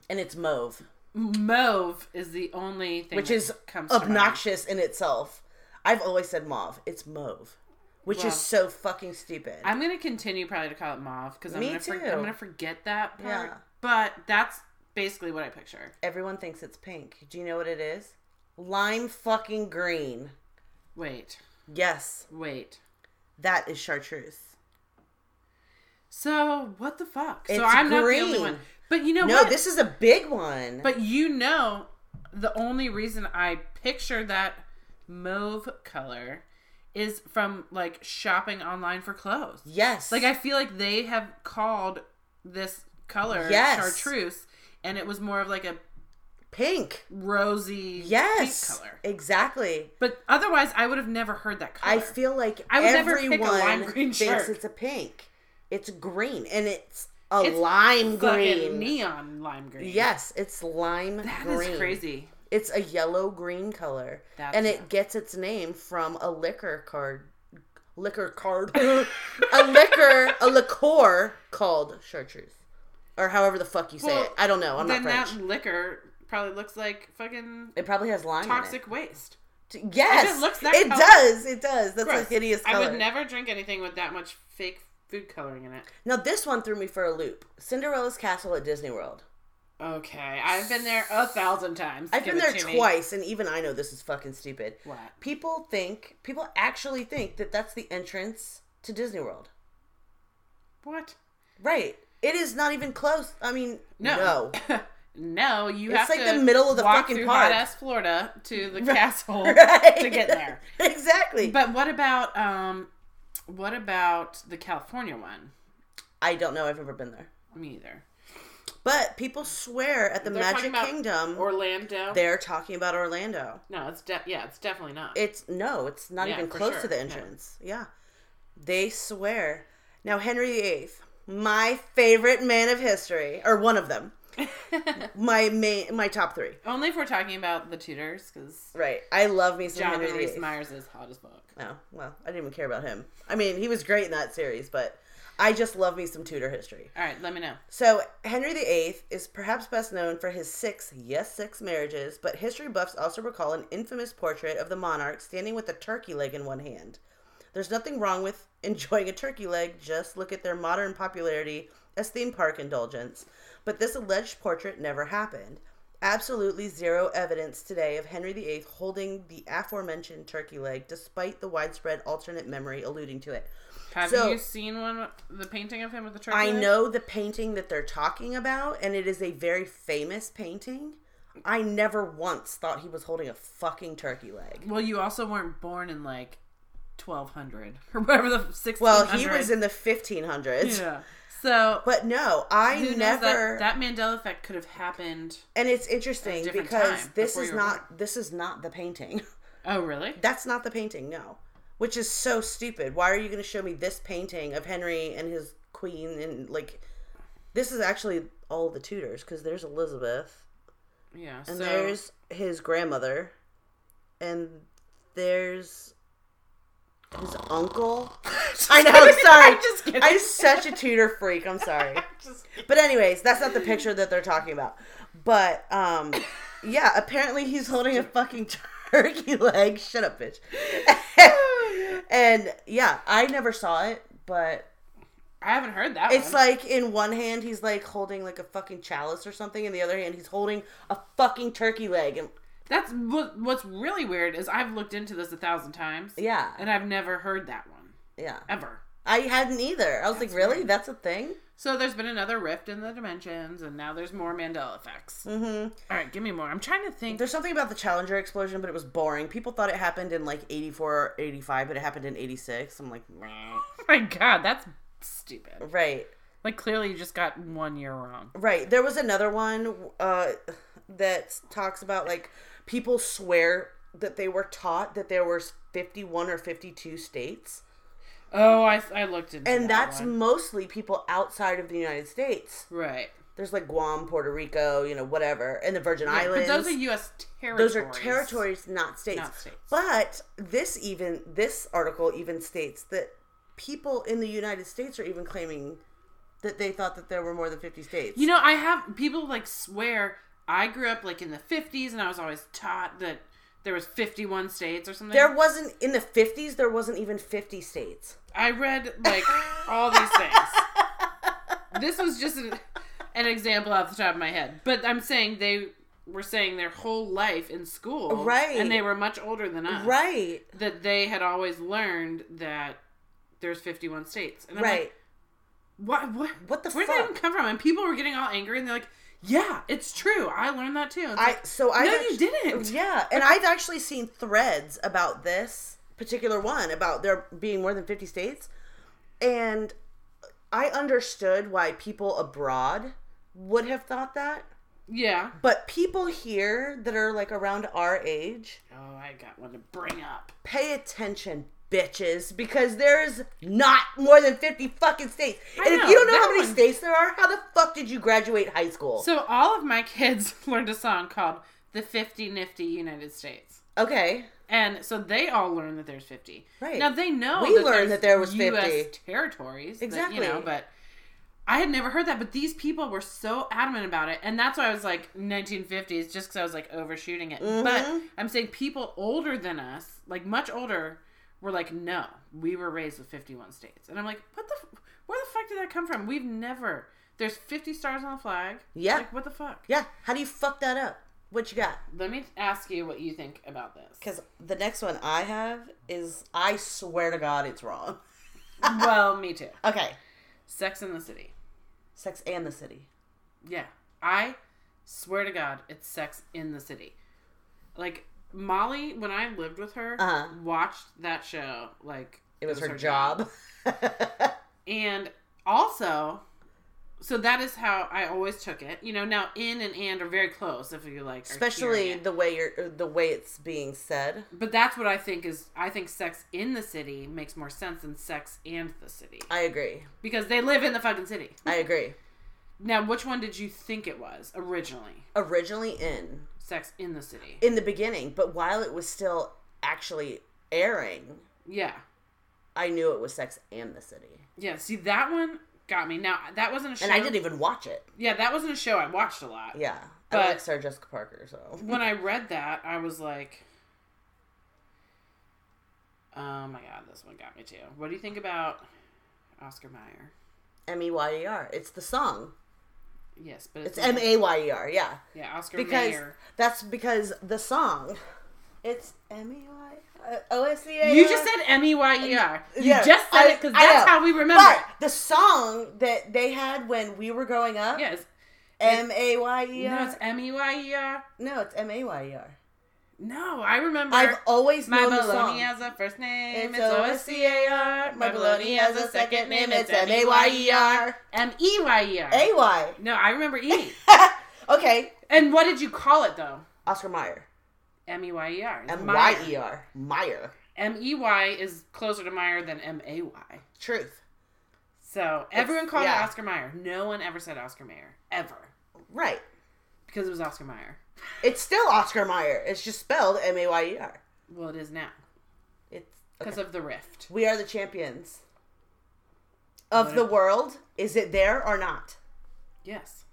and it's mauve,
mauve is the only thing
which
that
is
comes to mind.
obnoxious in itself. I've always said mauve. It's mauve, which
Well,
is so fucking stupid.
I'm gonna continue probably to call it mauve because I'm
Me
gonna for-
too.
I'm gonna forget that part.
Yeah.
But that's basically what I picture.
Everyone thinks it's pink. Do you know what it is? Lime fucking green.
Wait,
Yes,
wait.
that is chartreuse.
So what the fuck?
It's
so I'm not the only
green.
one. But you know
No,
what?
this is a big one.
But you know, the only reason I picture that mauve color is from like shopping online for clothes.
yes,
Like I feel like they have called this color
Yes.
chartreuse, and it was more of like a
pink.
rosy
Yes,
pink color.
exactly.
But otherwise, I would have never heard that color.
I feel like
I would never pick a
everyone
lime green
thinks
shirt.
it's a pink. It's green and it's a
It's
lime
fucking
green.
neon lime green.
Yes, it's lime
that is
green.
crazy.
It's a yellow green color,
That's
and
not-
it gets its name from a liquor card. Liquor card, a liquor, a liqueur called chartreuse, or however the fuck you say
Well,
it. I don't know. I'm not
then
French.
that liquor probably looks like fucking
It probably has lime. in it.
toxic waste.
T- Yes,
If it looks that
it
color-
does. It does. That's a
Gross.
hideous color.
I would never drink anything with that much fake food coloring in it.
Now this one threw me for a loop. Cinderella's Castle at Disney World.
Okay, I've been there a thousand times.
I've
Give
been there
it to me.
twice, and even I know this is fucking stupid.
What?
People think, people actually think that that's the entrance to Disney World.
What?
Right. It is not even close. I mean, no.
No. No, you
It's
have
like
to
the middle of the
walk
fucking
through
park.
hot ass Florida to the castle
Right.
to get there.
exactly.
But what about um, what about the California one?
I don't know. I've never been there.
Me either.
But people swear at the
They're
Magic
talking about
Kingdom,
Orlando.
they're talking about Orlando.
No, it's de- yeah, it's definitely not.
It's no, it's not
Yeah,
even
for
close
sure.
to the
No.
entrance. Yeah. They swear. Now Henry VIII, my favorite man of history, or one of them. my main, my top three.
Only if we're talking about the Tudors, because
Right. I love me some
John
Henry
Reese
VIII.
Myers is hot as fuck.
oh well, I didn't even care about him. I mean, he was great in that series, but I just love me some Tudor history.
All right, let me know.
So, Henry VIII is perhaps best known for his six, yes, six marriages, but history buffs also recall an infamous portrait of the monarch standing with a turkey leg in one hand. There's nothing wrong with enjoying a turkey leg, just look at their modern popularity as theme park indulgence. But this alleged portrait never happened. Absolutely zero evidence today of Henry VIII holding the aforementioned turkey leg, despite the widespread alternate memory alluding to it.
Have
So-
you seen one, the painting of him with the turkey?
I
leg?
know the painting that they're talking about, and it is a very famous painting. I never once thought he was holding a fucking turkey leg.
Well, you also weren't born in like 1200 or whatever the 1600.
Well, he was in the 1500s.
Yeah. So
But no, I
who knows
never.
that, that Mandela effect could have happened.
and it's interesting
different
because
time,
this
before
is
you were
not this is not the painting.
Oh, really?
That's not the painting. No, which is so stupid. Why are you going to show me this painting of Henry and his queen and like? This is actually all the Tudors because there's Elizabeth
Yeah.
and
so
there's his grandmother and there's his uncle. I know. I'm sorry.
I'm just kidding.
I'm such a Tudor freak. I'm sorry. But anyways, that's not the picture that they're talking about. But um, yeah, apparently he's holding a fucking turkey leg. Shut up, bitch. and yeah, I never saw it, but
I haven't heard that.
it's
one.
like in one hand he's like holding like a fucking chalice or something, in the other hand he's holding a fucking turkey leg. And
That's what, what's really weird is I've looked into this a thousand times.
Yeah.
And I've never heard that one
yeah,
ever.
I hadn't either. I was like, really? That's a thing?
So there's been another rift in the dimensions, and now there's more Mandela effects. Mm-hmm. right, give me more. I'm trying to think.
There's something about the Challenger explosion, but it was boring. People thought it happened in like 84 or 85, but it happened in 86. I'm like, meh.
Oh my God, that's stupid.
right,
Like clearly you just got one year wrong.
right. There was another one uh, that talks about like people swear that they were taught that there was 51 or 52 states,
Oh, I, I looked into
and
that
that's
one.
mostly people outside of the United States.
right.
There's like Guam, Puerto Rico, you know, whatever, and the Virgin Islands.
But those are U.S. territories.
those are territories not states.
Not states.
but this even this article even states that people in the united states are even claiming that they thought that there were more than 50 states
You know, I have people like swear I grew up like in the 50s, and I was always taught that there was 51 states or something.
there wasn't in the 50s there wasn't even 50 states
I read like all these things. This was just an, an example off the top of my head, but I'm saying they were saying their whole life in school,
Right.
And they were much older than us,
right
That they had always learned that there's 51 states, and I'm
right
Like, what? What?
What the
Where did that
fuck?
even come from? And people were getting all angry, and they're like, "Yeah, it's true. I learned that too." It's
i
like,
so i
no, you didn't.
yeah and i've actually seen threads about this particular one about there being more than 50 states and i understood why people abroad would have thought that
yeah.
But people here that are like around our age,
Oh, I got one to bring up.
pay attention, bitches, because there is not more than 50 fucking states.
I
And if
know,
you don't know how
that
many
one-
states there are, how the fuck did you graduate high school?
So all of my kids learned a song called "The Fifty Nifty United States,"
okay.
and so they all learned that there's fifty.
Right.
now they know
We learned
there's
that there was
US
50.
territories. that,
Exactly.
you know, but I had never heard that. But these people were so adamant about it, and that's why I was like 1950s, just because I was like overshooting it.
Mm-hmm.
But I'm saying people older than us, like much older, were like, no, we were raised with 51 states, and I'm like, what the, f- where the fuck did that come from? We've never. There's 50 stars on the flag.
Yeah.
Like, what the fuck?
Yeah. How do you fuck that up? What you got?
Let me ask you what you think about this.
Because the next one I have is I swear to God it's wrong.
well, me too.
Okay.
Sex in the City.
Sex and the City.
Yeah. I swear to God, it's Sex in the City. Like, Molly, when I lived with her,
Uh-huh.
watched that show. Like,
It was, her, job.
And also, so that is how I always took it. You know, now in and and are very close if you like. are
Especially
hearing it.
the way you're, the way it's being said.
But that's what I think is. I think Sex in the City makes more sense than Sex and the City.
I agree.
Because they live in the fucking city.
I agree.
Now, which one did you think it was originally?
Originally in
Sex in the City.
in the beginning, but while it was still actually airing,
yeah.
I knew it was Sex and the City.
Yeah, see that one got me. Now, that wasn't a show.
And I didn't even watch it.
Yeah, that wasn't a show I watched a lot.
Yeah. I
But-
like Sarah Jessica Parker, so.
When I read that, I was like Oh my god, this one got me too. What do you think about Oscar Mayer?
M E Y E R. It's the song.
Yes, but
It's M A Y E R, yeah.
Yeah, Oscar
Because
Mayer.
that's because the song. It's M E Y O S E A.
You just said M E Y E R. You
Yeah,
just said
I-
it because
I
that's
know.
how we remember.
But the song that they had when we were growing up
it. Yes.
M A Y E
No, it's
R.
M E Y E R.
No, it's M A Y E R.
No, I remember.
I've always
my
known the song.
baloney has a first name.
It's
It's always C A R. My baloney has a second name. It's M A Y E R. M E Y E R.
A Y.
No, I remember E.
okay,
and what did you call it though?
Oscar Meyer.
M E Y E R.
M Y E R. Meyer.
M E Y is closer to Meyer than M A Y.
Truth.
So everyone called
yeah.
it Oscar Meyer. No one ever said Oscar Mayer ever
Right.
because it was Oscar Meyer.
It's still Oscar Meyer. It's just spelled M A Y E R.
Well, it is now
It's
because of the rift.
we are the champions of the world. Is it there or not?
Yes,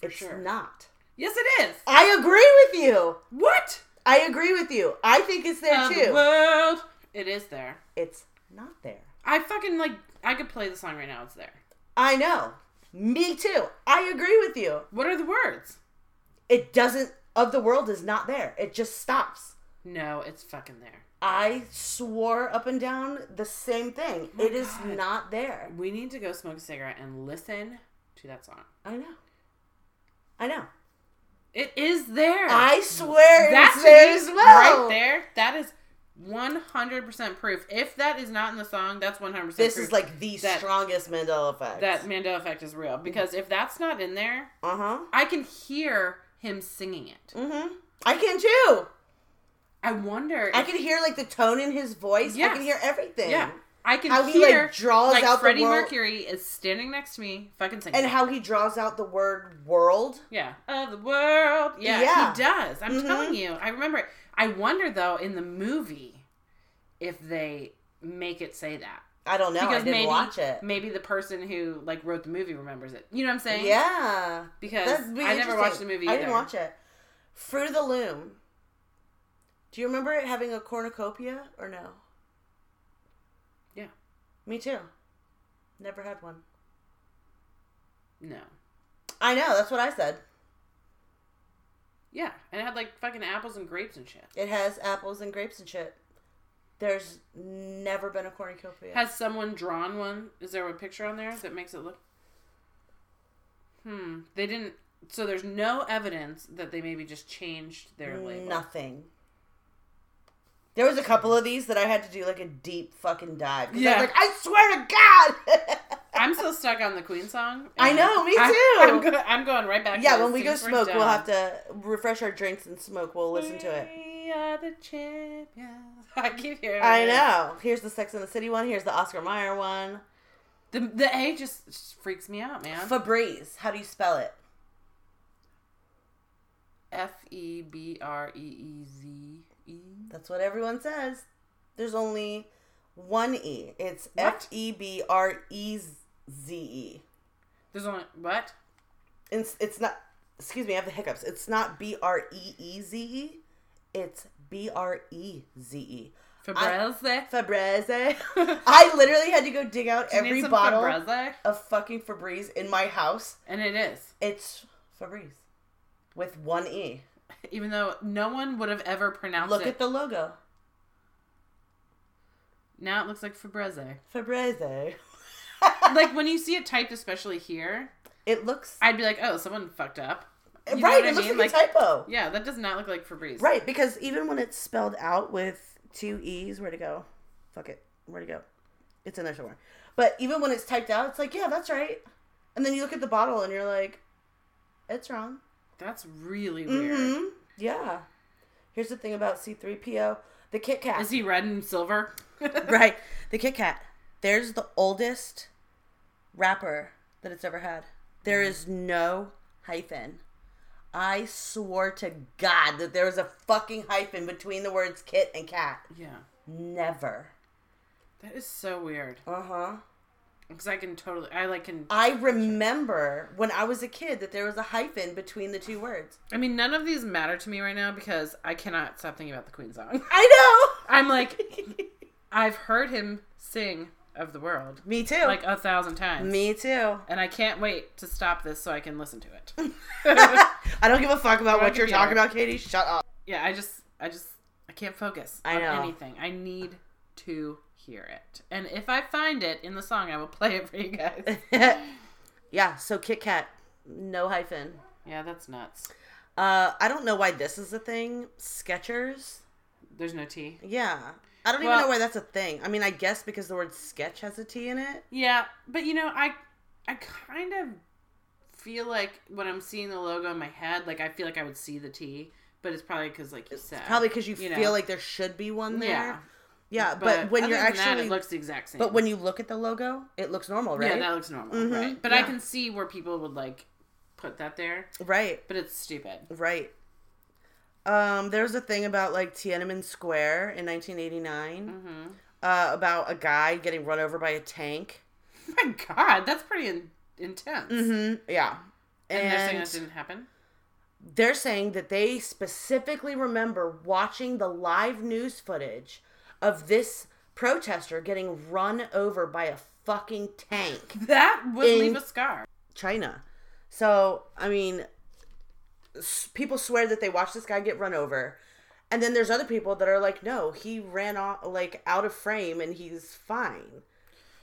for
It's
sure.
not.
yes, it is.
I agree with you.
What?
I agree with you. I think it's there
Of the
too.
world. It is there.
It's not there.
I fucking like. I could play the song right now. It's there.
I know. Me too. I agree with you.
What are the words?
It doesn't of the world is not there. It just stops.
No, it's fucking there.
I swore up and down the same thing. It is
Oh God.
not there.
We need to go smoke a cigarette and listen to that song.
I know. I know.
It is there.
I swear
that
it's
to
there
me,
as well.
right there. That is one hundred percent proof. If that is not in the song, that's one hundred percent.
This is like the
That-
strongest Mandela effect.
that Mandela effect is real because if that's not in there,
uh huh.
I can hear him singing it.
Mm-hmm. I can too.
I wonder.
I
if-
can hear like the tone in his voice. I
Yes.
can hear everything.
Yeah, I can
How he,
hear.
like, draws
like,
out the
Freddie
world-
Mercury is standing next to me, fucking singing.
And how he draws out the word world.
Yeah. Of the world. Yeah,
Yeah.
he does. I'm
Mhm.
telling you. I remember it. I wonder though in the movie if they make it say that.
I don't know. I didn't
maybe
watch it.
maybe the person who like wrote the movie remembers it. You know what I'm saying?
Yeah.
Because
That'd be
I never
interesting.
watched the movie
I
either.
didn't watch it. Fruit of the Loom. Do you remember it having a cornucopia or no?
Yeah.
Me too. Never had one.
No.
I know. That's what I said.
Yeah. And it had like fucking apples and grapes and shit.
It has apples and grapes and shit. There's never been a cornucopia.
Has someone drawn one? Is there a picture on there that makes it look Hmm. They didn't so there's no evidence that they maybe just changed their label.
nothing. There was a couple of these that I had to do like a deep fucking dive. 'cause
Yeah.
I was like, I swear to God.
I'm still stuck on the Queen song.
I know, me
I,
too.
am go- I'm going right back.
yeah, when we go smoke, we'll have to refresh our drinks and smoke. We'll listen to it.
We are the champions. I keep hearing.
I
it.
know. Here's the Sex and the City one. Here's the Oscar Mayer one.
The the A just, just freaks me out, man.
Febreze. How do you spell it?
F E B R E E Z E.
That's what everyone says. There's only one E. It's
What?
F E B R E Z E.
There's only what?
It's, it's not, excuse me, I have the hiccups. It's not B R E E Z E. It's B R E Z E.
Febreze.
Febreze. I literally had to go dig out
Do you need
every
some
bottle
Febreze?
of fucking Febreze in my house.
And it is,
It's Febreze with one E.
even though no one would have ever pronounced
Look
it.
at the logo.
now it looks like Febreze.
Febreze.
like when you see it typed, especially here,
It looks
I'd be like, oh, someone fucked up. You know
right.
what I
It looks
mean?
like, a typo.
Yeah, that does not look like Febreze.
Right, because even when it's spelled out with two e's, where to go? Fuck it, where to go? It's in there somewhere. But even when it's typed out, it's like, yeah, that's right. And then you look at the bottle and you're like, it's wrong.
That's really weird.
hmm Yeah. Here's the thing about C3PO, the Kit Kat.
Is he red and silver?
right, the Kit Kat. There's the oldest wrapper that it's ever had. There is no hyphen. I swore to God that there was a fucking hyphen between the words kit and cat.
yeah.
Never.
That is so weird.
Uh huh.
Because I can totally, I like can,
I remember when I was a kid that there was a hyphen between the two words.
I mean, none of these matter to me right now because I cannot stop thinking about the Queen song.
I
I'm like, I've heard him sing of the world
Me too.
like a thousand times.
Me too.
And I can't wait to stop this so I can listen to it.
I don't give a fuck about
Don't
what you're
give a
talking
fuck.
about, Katie. Shut up.
yeah, I just, I just, I can't focus
I
on
know.
anything. I need to hear it. And if I find it in the song, I will play it for you guys.
yeah, so Kit Kat, No hyphen.
Yeah, that's nuts.
Uh, I don't know why this is a thing. Sketchers.
There's no T.
Yeah. I don't even
Well-
know why that's a thing. I mean, I guess because the word sketch has a T in it.
Yeah, but you know, I I kind of feel like when I'm seeing the logo in my head, like I feel like I would see the T, but it's probably because like you said,
Probably because you,
you know.
feel like there should be one there.
Yeah.
Yeah. but, when
other
you're
than that,
actually,
it looks the exact same.
but when you look at the logo, it looks normal, right?
yeah, that looks normal,
Mhm,
right? But I
yeah.
can see where people would like put that there,
right.
but it's stupid.
Right. Um, there was a thing about like Tiananmen Square in 1989
Mm-hmm.
uh, about a guy getting run over by a tank.
My God, that's pretty in- intense.
Mm, yeah.
And, they're saying
And
that didn't happen.
they're saying that they specifically remember watching the live news footage of this protester getting run over by a fucking tank.
That would
In-
leave a scar.
China. So, I mean, s- people swear that they watched this guy get run over. And then there's other people that are like, no, he ran off, like, out of frame and he's fine.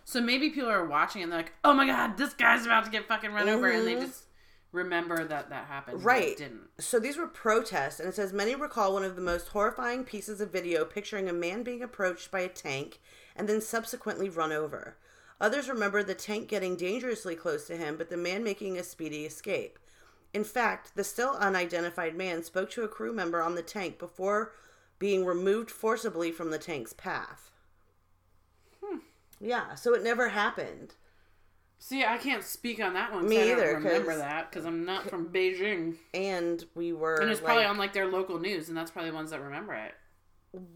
So maybe people are watching and they're like, "Oh my God, this guy's about to get fucking run over," and they just remember that that happened. but
Mm-hmm. Right.
It didn't.
So these were protests, and it says many recall one of the most horrifying pieces of video picturing a man being approached by a tank and then subsequently run over. Others remember the tank getting dangerously close to him, but the man making a speedy escape. In fact, the still unidentified man spoke to a crew member on the tank before being removed forcibly from the tank's path.
Hmm.
Yeah, so it never happened.
See, I can't speak on that one.
Me
so I don't
either, 'cause-
remember that because I'm not from Beijing,
And we were.
and it's
like-
probably on like their local news, and that's probably the ones that remember it.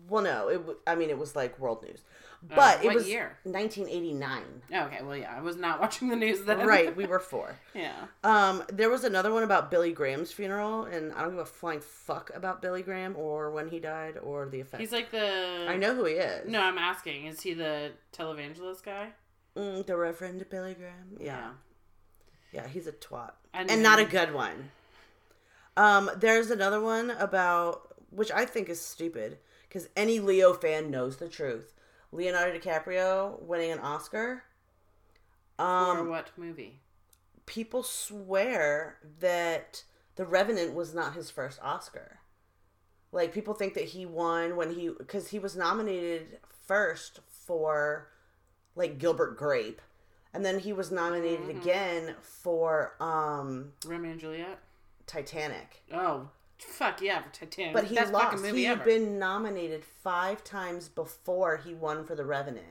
Well, no, it. W- I mean, it was like world news, but it
Oh, what
was
year?
1989.
Oh, Okay, well, yeah, I was not watching the news then.
right, we were four.
yeah.
Um, there was another one about Billy Graham's funeral, and I don't give a flying fuck about Billy Graham or when he died or the effect.
He's like the.
I know who he is.
No, I'm asking. Is he the televangelist guy?
Mm, the Reverend Billy Graham. Yeah, yeah, he's a twat,
I
and
knew
not a
him.
good one. Um, there's another one about which I think is stupid because any Leo fan knows the truth. Leonardo DiCaprio winning an Oscar. Um,
or what movie?
people swear that The Revenant was not his first Oscar. Like people think that he won when he because he was nominated first for like Gilbert Grape, and then he was nominated again for um
Romeo and Juliet?
Titanic.
Oh, fuck yeah, for Titanic.
But he
Best fucking
lost.
movie
He had
ever.
been nominated five times before he won for The Revenant.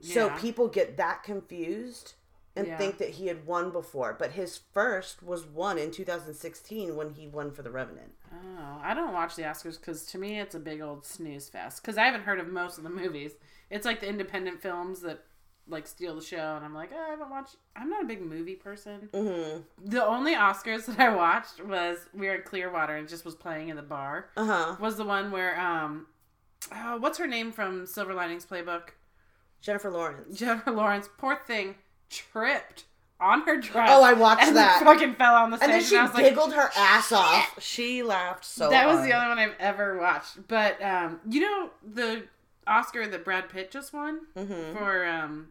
So
Yeah.
people get that confused and
Yeah.
think that he had won before. But his first was won in 2016 when he won for The Revenant.
Oh, I don't watch the Oscars because to me it's a big old snooze fest. Because I haven't heard of most of the movies. It's like the independent films that like steal the show, and I'm like, oh, I haven't watched. I'm not a big movie person.
Mm-hmm.
The only Oscars that I watched was we were in Clearwater and it just was playing in the bar.
Uh huh.
Was the one where um, oh, what's her name from Silver Linings Playbook?
Jennifer Lawrence.
Jennifer Lawrence, poor thing, tripped on her dress.
Oh, I watched
and
that.
Fucking fell on the stage,
And then she
I was like,
giggled her ass off. She laughed so
that was the
hard.
only one I've ever watched. But um, you know the Oscar that Brad Pitt just won
Mm-hmm.
for um,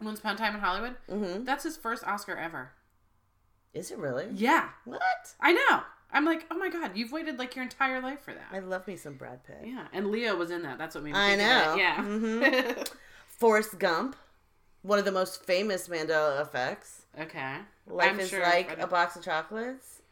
Once Upon a Time in Hollywood.
Mhm.
That's his first Oscar ever.
Is it really?
Yeah,
What?
I know. I'm like, oh my god, you've waited like your entire life for that.
I love me some Brad Pitt.
yeah, and Leo was in that. That's what made me.
I
think of it.
know. Mm-hmm.
Yeah.
Forrest Gump, one of the most famous Mandela effects.
okay.
Life
I'm
is
sure
like
I've read
a
it.
box of chocolates.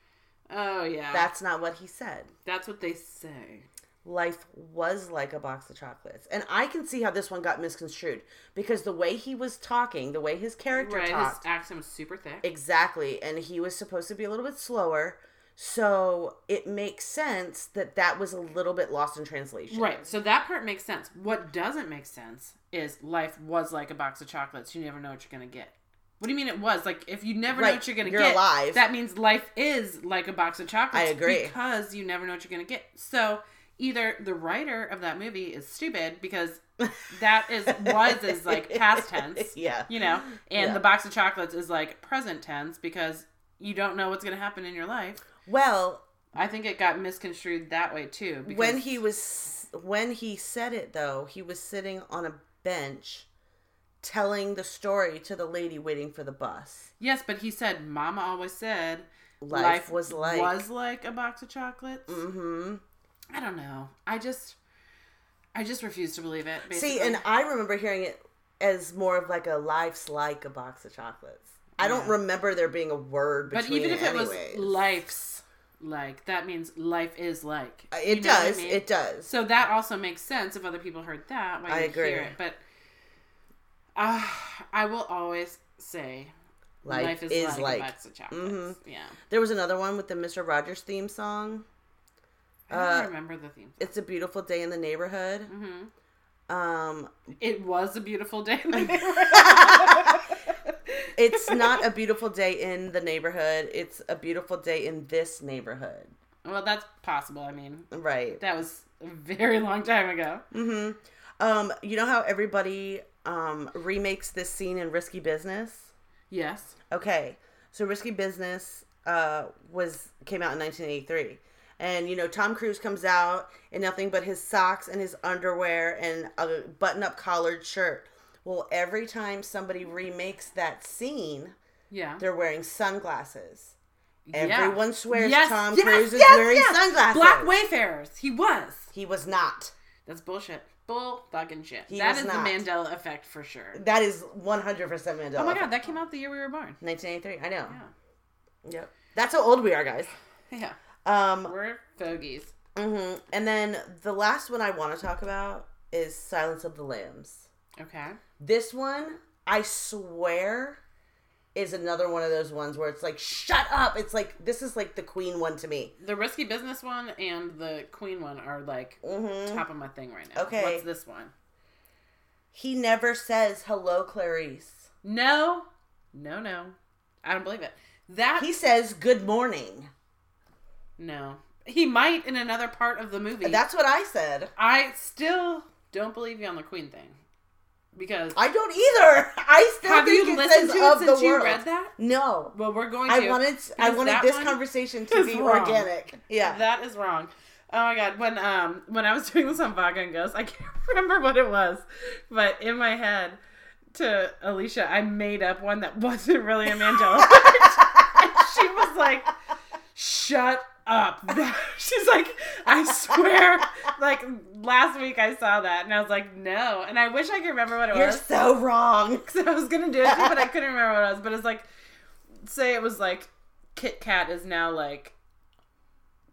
Oh yeah. That's
That's not what he said.
that's what they say.
life was like a box of chocolates. And I can see how this one got misconstrued because the way he was talking, the way his character
Right. His
talked,
accent was super thick.
exactly. And he was supposed to be a little bit slower. So it makes sense that that was a little bit lost in translation.
Right. So that part makes sense. What doesn't make sense is life was like a box of chocolates. You never know what you're going to get. What do you mean it was? Like if you never know
Right,
what you're going to
you're
get,
alive.
that means life is like a box of chocolates.
I agree.
Because you never know what you're going to get. So either the writer of that movie is stupid because that is was is like past tense.
Yeah.
You know, and
Yeah.
the box of chocolates is like present tense because you don't know what's going to happen in your life.
Well,
I think it got misconstrued that way too. Because
when he was when he said it though, he was sitting on a bench telling the story to the lady waiting for the bus.
Yes, but he said, Mama always said,
Life was like-
was Mm-hmm. like a box of chocolates.
hmm
I don't know. I just, I just refuse to believe it. Basically.
See, and I remember hearing it as more of like a life's like a box of chocolates. I don't remember there being a word
but
between
even if it
anyways.
was life's like, that means life is like.
Uh,
You
it
know what I
does.
mean?
It does.
So that also makes sense if other people heard that. Why
I
I
agree.
Hear it. But uh, I will always say
Life,
life, is,
is like.
like,
Mm-hmm.
a box of chocolates. Yeah,
There was another one with the Mister Rogers theme song.
I don't
Uh,
remember the theme.
It's a beautiful day in the neighborhood.
Mhm.
Um,
It was a beautiful day. in the neighborhood.
it's not a beautiful day in the neighborhood. It's a beautiful day in this neighborhood.
well, that's possible. I mean,
Right.
that was a very long time ago.
Mm-hmm. Um, you know how everybody um remakes this scene in Risky Business?
Yes.
Okay, so Risky Business uh, was came out in 1983, and you know Tom Cruise comes out in nothing but his socks and his underwear and a button-up collared shirt. Well, every time somebody remakes that scene,
Yeah.
they're wearing sunglasses.
Yeah.
Everyone swears
Yes,
Tom
yes,
Cruise is
yes,
wearing
yes.
sunglasses.
Black Wayfarers. He was.
He was not.
That's bullshit. Bull fucking shit.
He
that
was
is
not.
the Mandela effect for sure.
That is 100 percent Mandela.
Oh my god, that came out the year we were born.
1983. I know.
Yeah.
Yep. That's how old we are, guys.
Yeah.
Um,
We're fogies.
hmm And then the last one I want to talk about is Silence of the Lambs.
Okay.
This one, I swear, is another one of those ones where it's like, shut up. It's like, this is like the Queen one to me.
The risky business one and the queen one are like
hmm
top of my thing right now.
Okay.
What's this one?
He never says, hello, Clarice.
No. No, no. I don't believe it. That
He says, good morning.
no. He might in another part of the movie.
That's what I said.
I still don't believe you on the queen thing. Because
I don't either. I still
have
think
you
it
listened
says
to it
of
since
the
you
world.
read that?
No.
Well, we're going to.
I wanted I
because
wanted
that
this
one-
conversation to
is
be
wrong.
organic. Yeah.
That is wrong. Oh my god, when um when I was doing this on Vaga and Ghost, I can't remember what it was, but in my head to Alicia, I made up one that wasn't really a Mandela. effect. and she was like, "Shut up!" She's like, "I swear." Like last week, I saw that, and I was like, "No," and I wish I could remember what it
You're
was.
so wrong.
Because I was gonna do it too, but I couldn't remember what it was. But it's like, say it was like Kit Kat is now like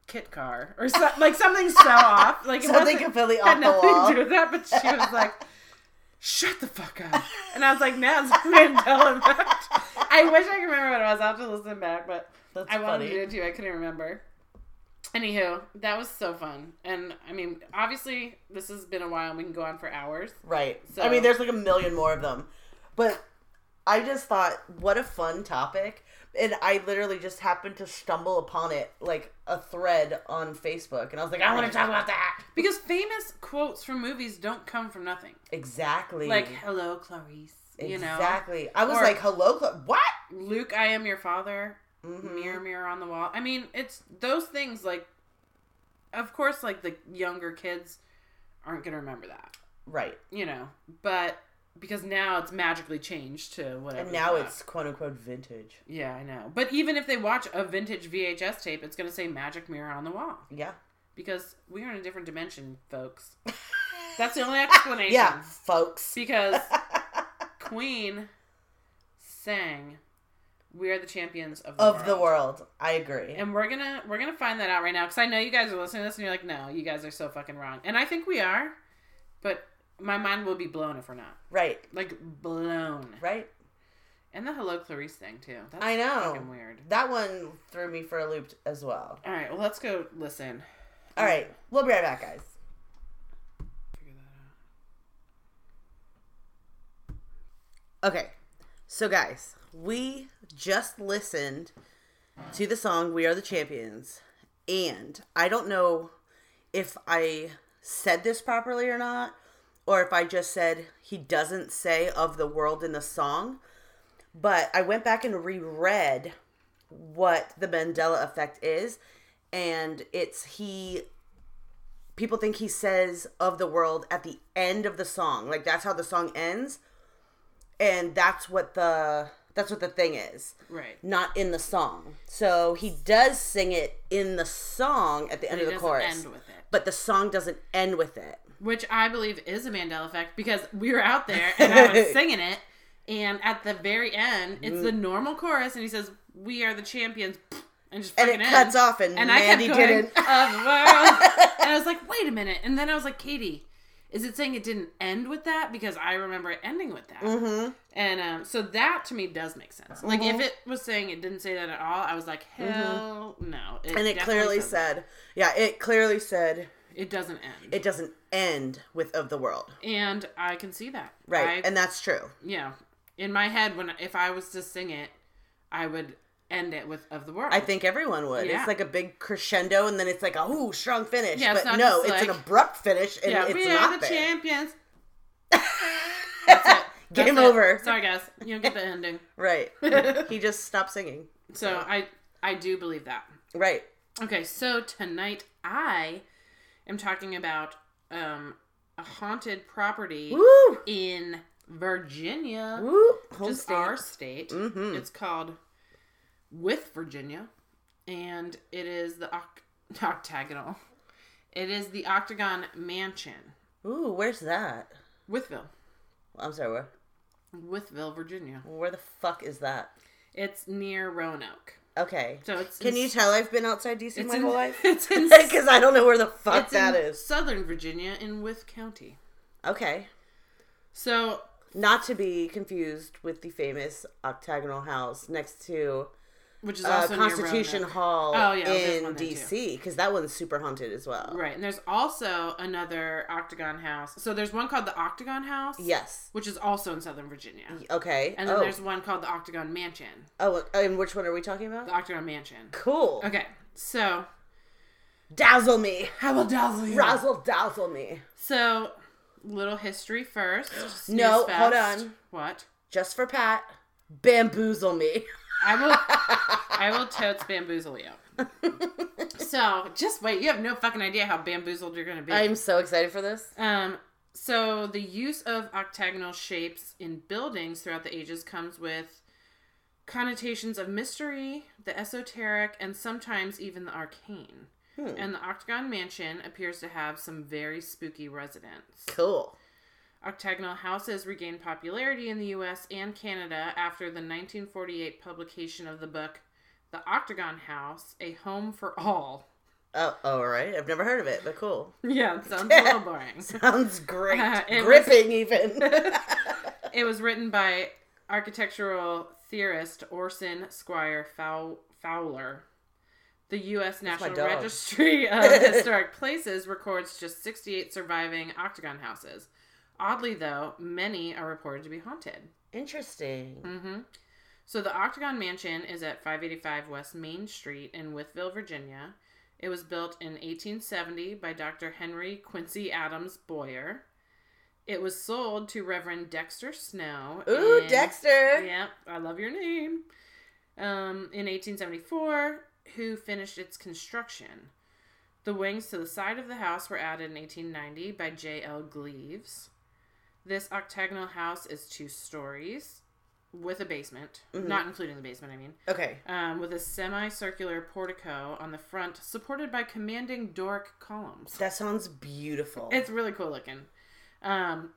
Kit Car or so, like something so off, like it
Something
wasn't-
completely off
had
the
nothing
wall.
to do with that. But she was like, "Shut the fuck up," and I was like, "Now it's Mandela effect." I wish I could remember what it was. I will have to listen back, but
That's
I
funny.
wanted to do it too. I couldn't remember. Anywho, that was so fun, and I mean, obviously, this has been a while. and We can go on for hours.
Right.
So-
I mean, there's like a million more of them. But I just thought, what a fun topic. And I literally just happened to stumble upon it like a thread on Facebook. And I was like, I want to talk about that.
Because famous quotes from movies don't come from nothing.
Exactly.
Like, hello, Clarice. You
exactly. I was
Or-
like, hello, Cla- what?
know, Luke, I am your father.
Mhm.
Mirror, mirror on the wall. I mean, it's those things like, of course, like the younger kids aren't going to remember that,
Right.
you know, but because now it's magically changed to whatever.
And now
the fuck.
it's quote unquote vintage.
Yeah, I know. But even if they watch a vintage VHS tape, it's going to say magic mirror on the wall
Yeah.
because we are in a different dimension, folks. That's the only explanation.
Yeah, folks.
because Queen sang "We Are the Champions of the
Of
World.
the world. I agree.
and we're gonna we're gonna find that out right now because I know you guys are listening to this and you're like, no, you guys are so fucking wrong, and I think we are, but my mind will be blown if we're not,
right.
like blown.
Right.
And the hello Clarice thing too. That's
I know.
fucking weird.
That one threw me for a loop as well.
All right, well let's go listen.
All right. We'll be right back, guys.
Figure that out.
Okay. So, guys, we just listened to the song We Are the Champions. And I don't know if I said this properly or not, or if I just said he doesn't say of the world in the song. But I went back and reread what the Mandela effect is. And it's he people think he says of the world at the end of the song. Like that's how the song ends. and that's what the that's what the thing is
Right.
not in the song so he does sing it in the song at the end
It
of the
doesn't
chorus
end with it.
but the song doesn't end with it
which I believe is a Mandela effect because we were out there and I was singing it, and at the very end, it's the normal chorus, and he says, "We are the champions," and just
and
freaking
it cuts
ends.
off and,
And
mandy
I kept going,
didn't
"Of the world," and I was like, "Wait a minute!" And then I was like, "Katie, is it saying it didn't end with that?" Because I remember it ending with that.
Mhm.
And um, so that to me does make sense. Like
Mm-hmm.
if it was saying it didn't say that at all, I was like, "Hell no!"
and it
definitely
clearly
says that.
said yeah it clearly said
it doesn't end,
it doesn't end with of the world
and I can see that.
right
I-
and that's true
yeah in my head when if i was to sing it i would end it with of the world
I think everyone would.
Yeah.
It's like a big crescendo, and then it's like a ooh strong finish.
Yeah, it's
but
not
no,
just
it's an
like-
abrupt finish, and
yeah
it's
we
not
are the
there.
champions That's
Game
it.
over.
sorry guys you don't get the ending
Right. he just stopped singing.
so i i do believe that
Right.
okay so tonight i am talking about um a haunted property
Woo!
in virginia
Woo! Home
just
state.
our state.
Mhm.
It's called With Virginia, and it is the oct- octagonal. It is the Octagon Mansion,
Ooh, where's that?
Withville,
I'm sorry. Where,
Withville, Virginia.
where the fuck is that?
It's near Roanoke,
Okay.
so it's
Can
in-
you tell I've been outside DC
It's
my
in,
whole life?
It's in.
Because I don't know where the fuck
it's
that
in
is.
Southern Virginia in With County.
Okay.
So
Not to be confused with the famous octagonal house next to
which is
uh,
also
Constitution
near Roanoke.
Hall
Oh, yeah, there's
in
one there, too.
DC because that one's super haunted as well.
Right, and there's also another Octagon House. So there's one called the Octagon House.
Yes.
Which is also in Southern Virginia.
Okay.
And then
oh.
there's one called the Octagon Mansion.
oh, and which one are we talking about?
The Octagon Mansion.
Cool.
Okay, so
Dazzle me.
I will dazzle you.
Razzle dazzle me.
So, little history first. Snooze
No,
fest.
hold on.
What?
Just for Pat. Bamboozle me.
I will. I will totes bamboozle you. so just wait. You have no fucking idea how bamboozled you're gonna be.
I'm so excited for this.
Um, so the use of octagonal shapes in buildings throughout the ages comes with connotations of mystery, the esoteric, and sometimes even the arcane. And the Octagon Mansion appears to have some very spooky residents.
Cool.
Octagonal houses regained popularity in the US and Canada after the 1948 publication of the book The Octagon House: A Home for All.
Oh, all right. I've never heard of it, but cool.
Yeah, it sounds a little boring.
Sounds great.
It was-
Gripping even.
It was written by architectural theorist Orson Squire Fow- Fowler. The U.S. National
dog.
Registry of Historic Places records just 68 surviving octagon houses. Oddly, though, many are reported to be haunted.
Interesting.
hmm So the Octagon Mansion is at 585 West Main Street in Withville, Virginia. It was built in 1870 by Dr. Henry Quincy Adams Boyer. It was sold to Reverend Dexter Snow.
Ooh,
in-
Dexter.
Yep, I love your name. Um, in 1874, who finished its construction? The wings to the side of the house were added in 1890 by J.L. Gleaves. This octagonal house is two stories with a basement,
Mm-hmm.
not including the basement, I mean,
Okay.
um, with a semicircular portico on the front supported by commanding Doric columns.
That sounds beautiful.
It's really cool looking. Um,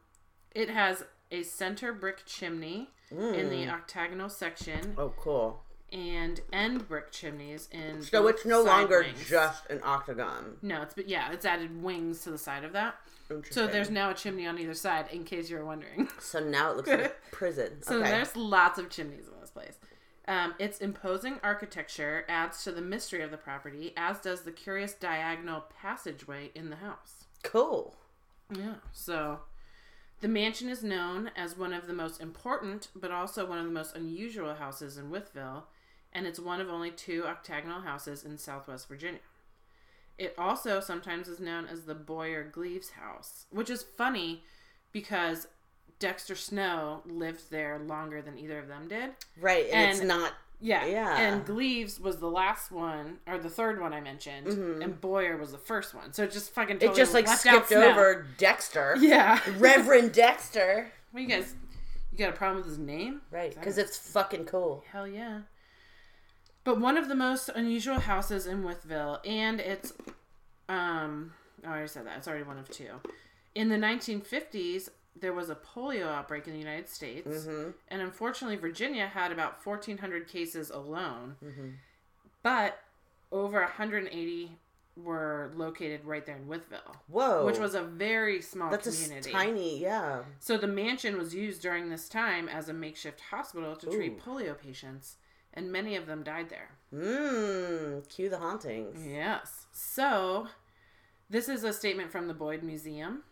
it has a center brick chimney in the
Mm.
octagonal section
oh, cool.
and end brick chimneys in.
So
both
it's no
side
longer
wings.
just an octagon.
No, it's but yeah, it's added wings to the side of that. So
Interesting.
there's now a chimney on either side, in case you were wondering.
So now it looks like a prison.
So
okay.
there's lots of chimneys in this place. Um, its imposing architecture adds to the mystery of the property, as does the curious diagonal passageway in the house.
cool.
Yeah. So the mansion is known as one of the most important, but also one of the most unusual houses in Withville, and it's one of only two octagonal houses in southwest Virginia. It also sometimes is known as the Boyer Gleaves House, which is funny because Dexter Snow lived there longer than either of them did.
Right, and, it's
And-
not
Yeah.
Yeah.
And Gleaves was the last one, or the third one I mentioned, and Boyer was the first one. So it just fucking
Mm-hmm. it
totally
just like
left out
skipped
Snow.
over Dexter.
Yeah.
Reverend Dexter.
Well, you guys, You got a problem with his name?
Right, because it's fucking cool.
Hell yeah. But one of the most unusual houses in Withville, and it's, um, oh, I already said that. It's already one of two. In the 1950s, there was a polio outbreak in the United States,
Mm-hmm.
and unfortunately, Virginia had about 1,400 cases alone,
Mm-hmm.
but over 180 were located right there in Withville,
Whoa,
which was a very small
that's a s-
community.
tiny, yeah.
So the mansion was used during this time as a makeshift hospital to treat
Ooh.
polio patients, and many of them died there.
Mmm. Cue the hauntings.
Yes. So this is a statement from the Boyd Museum.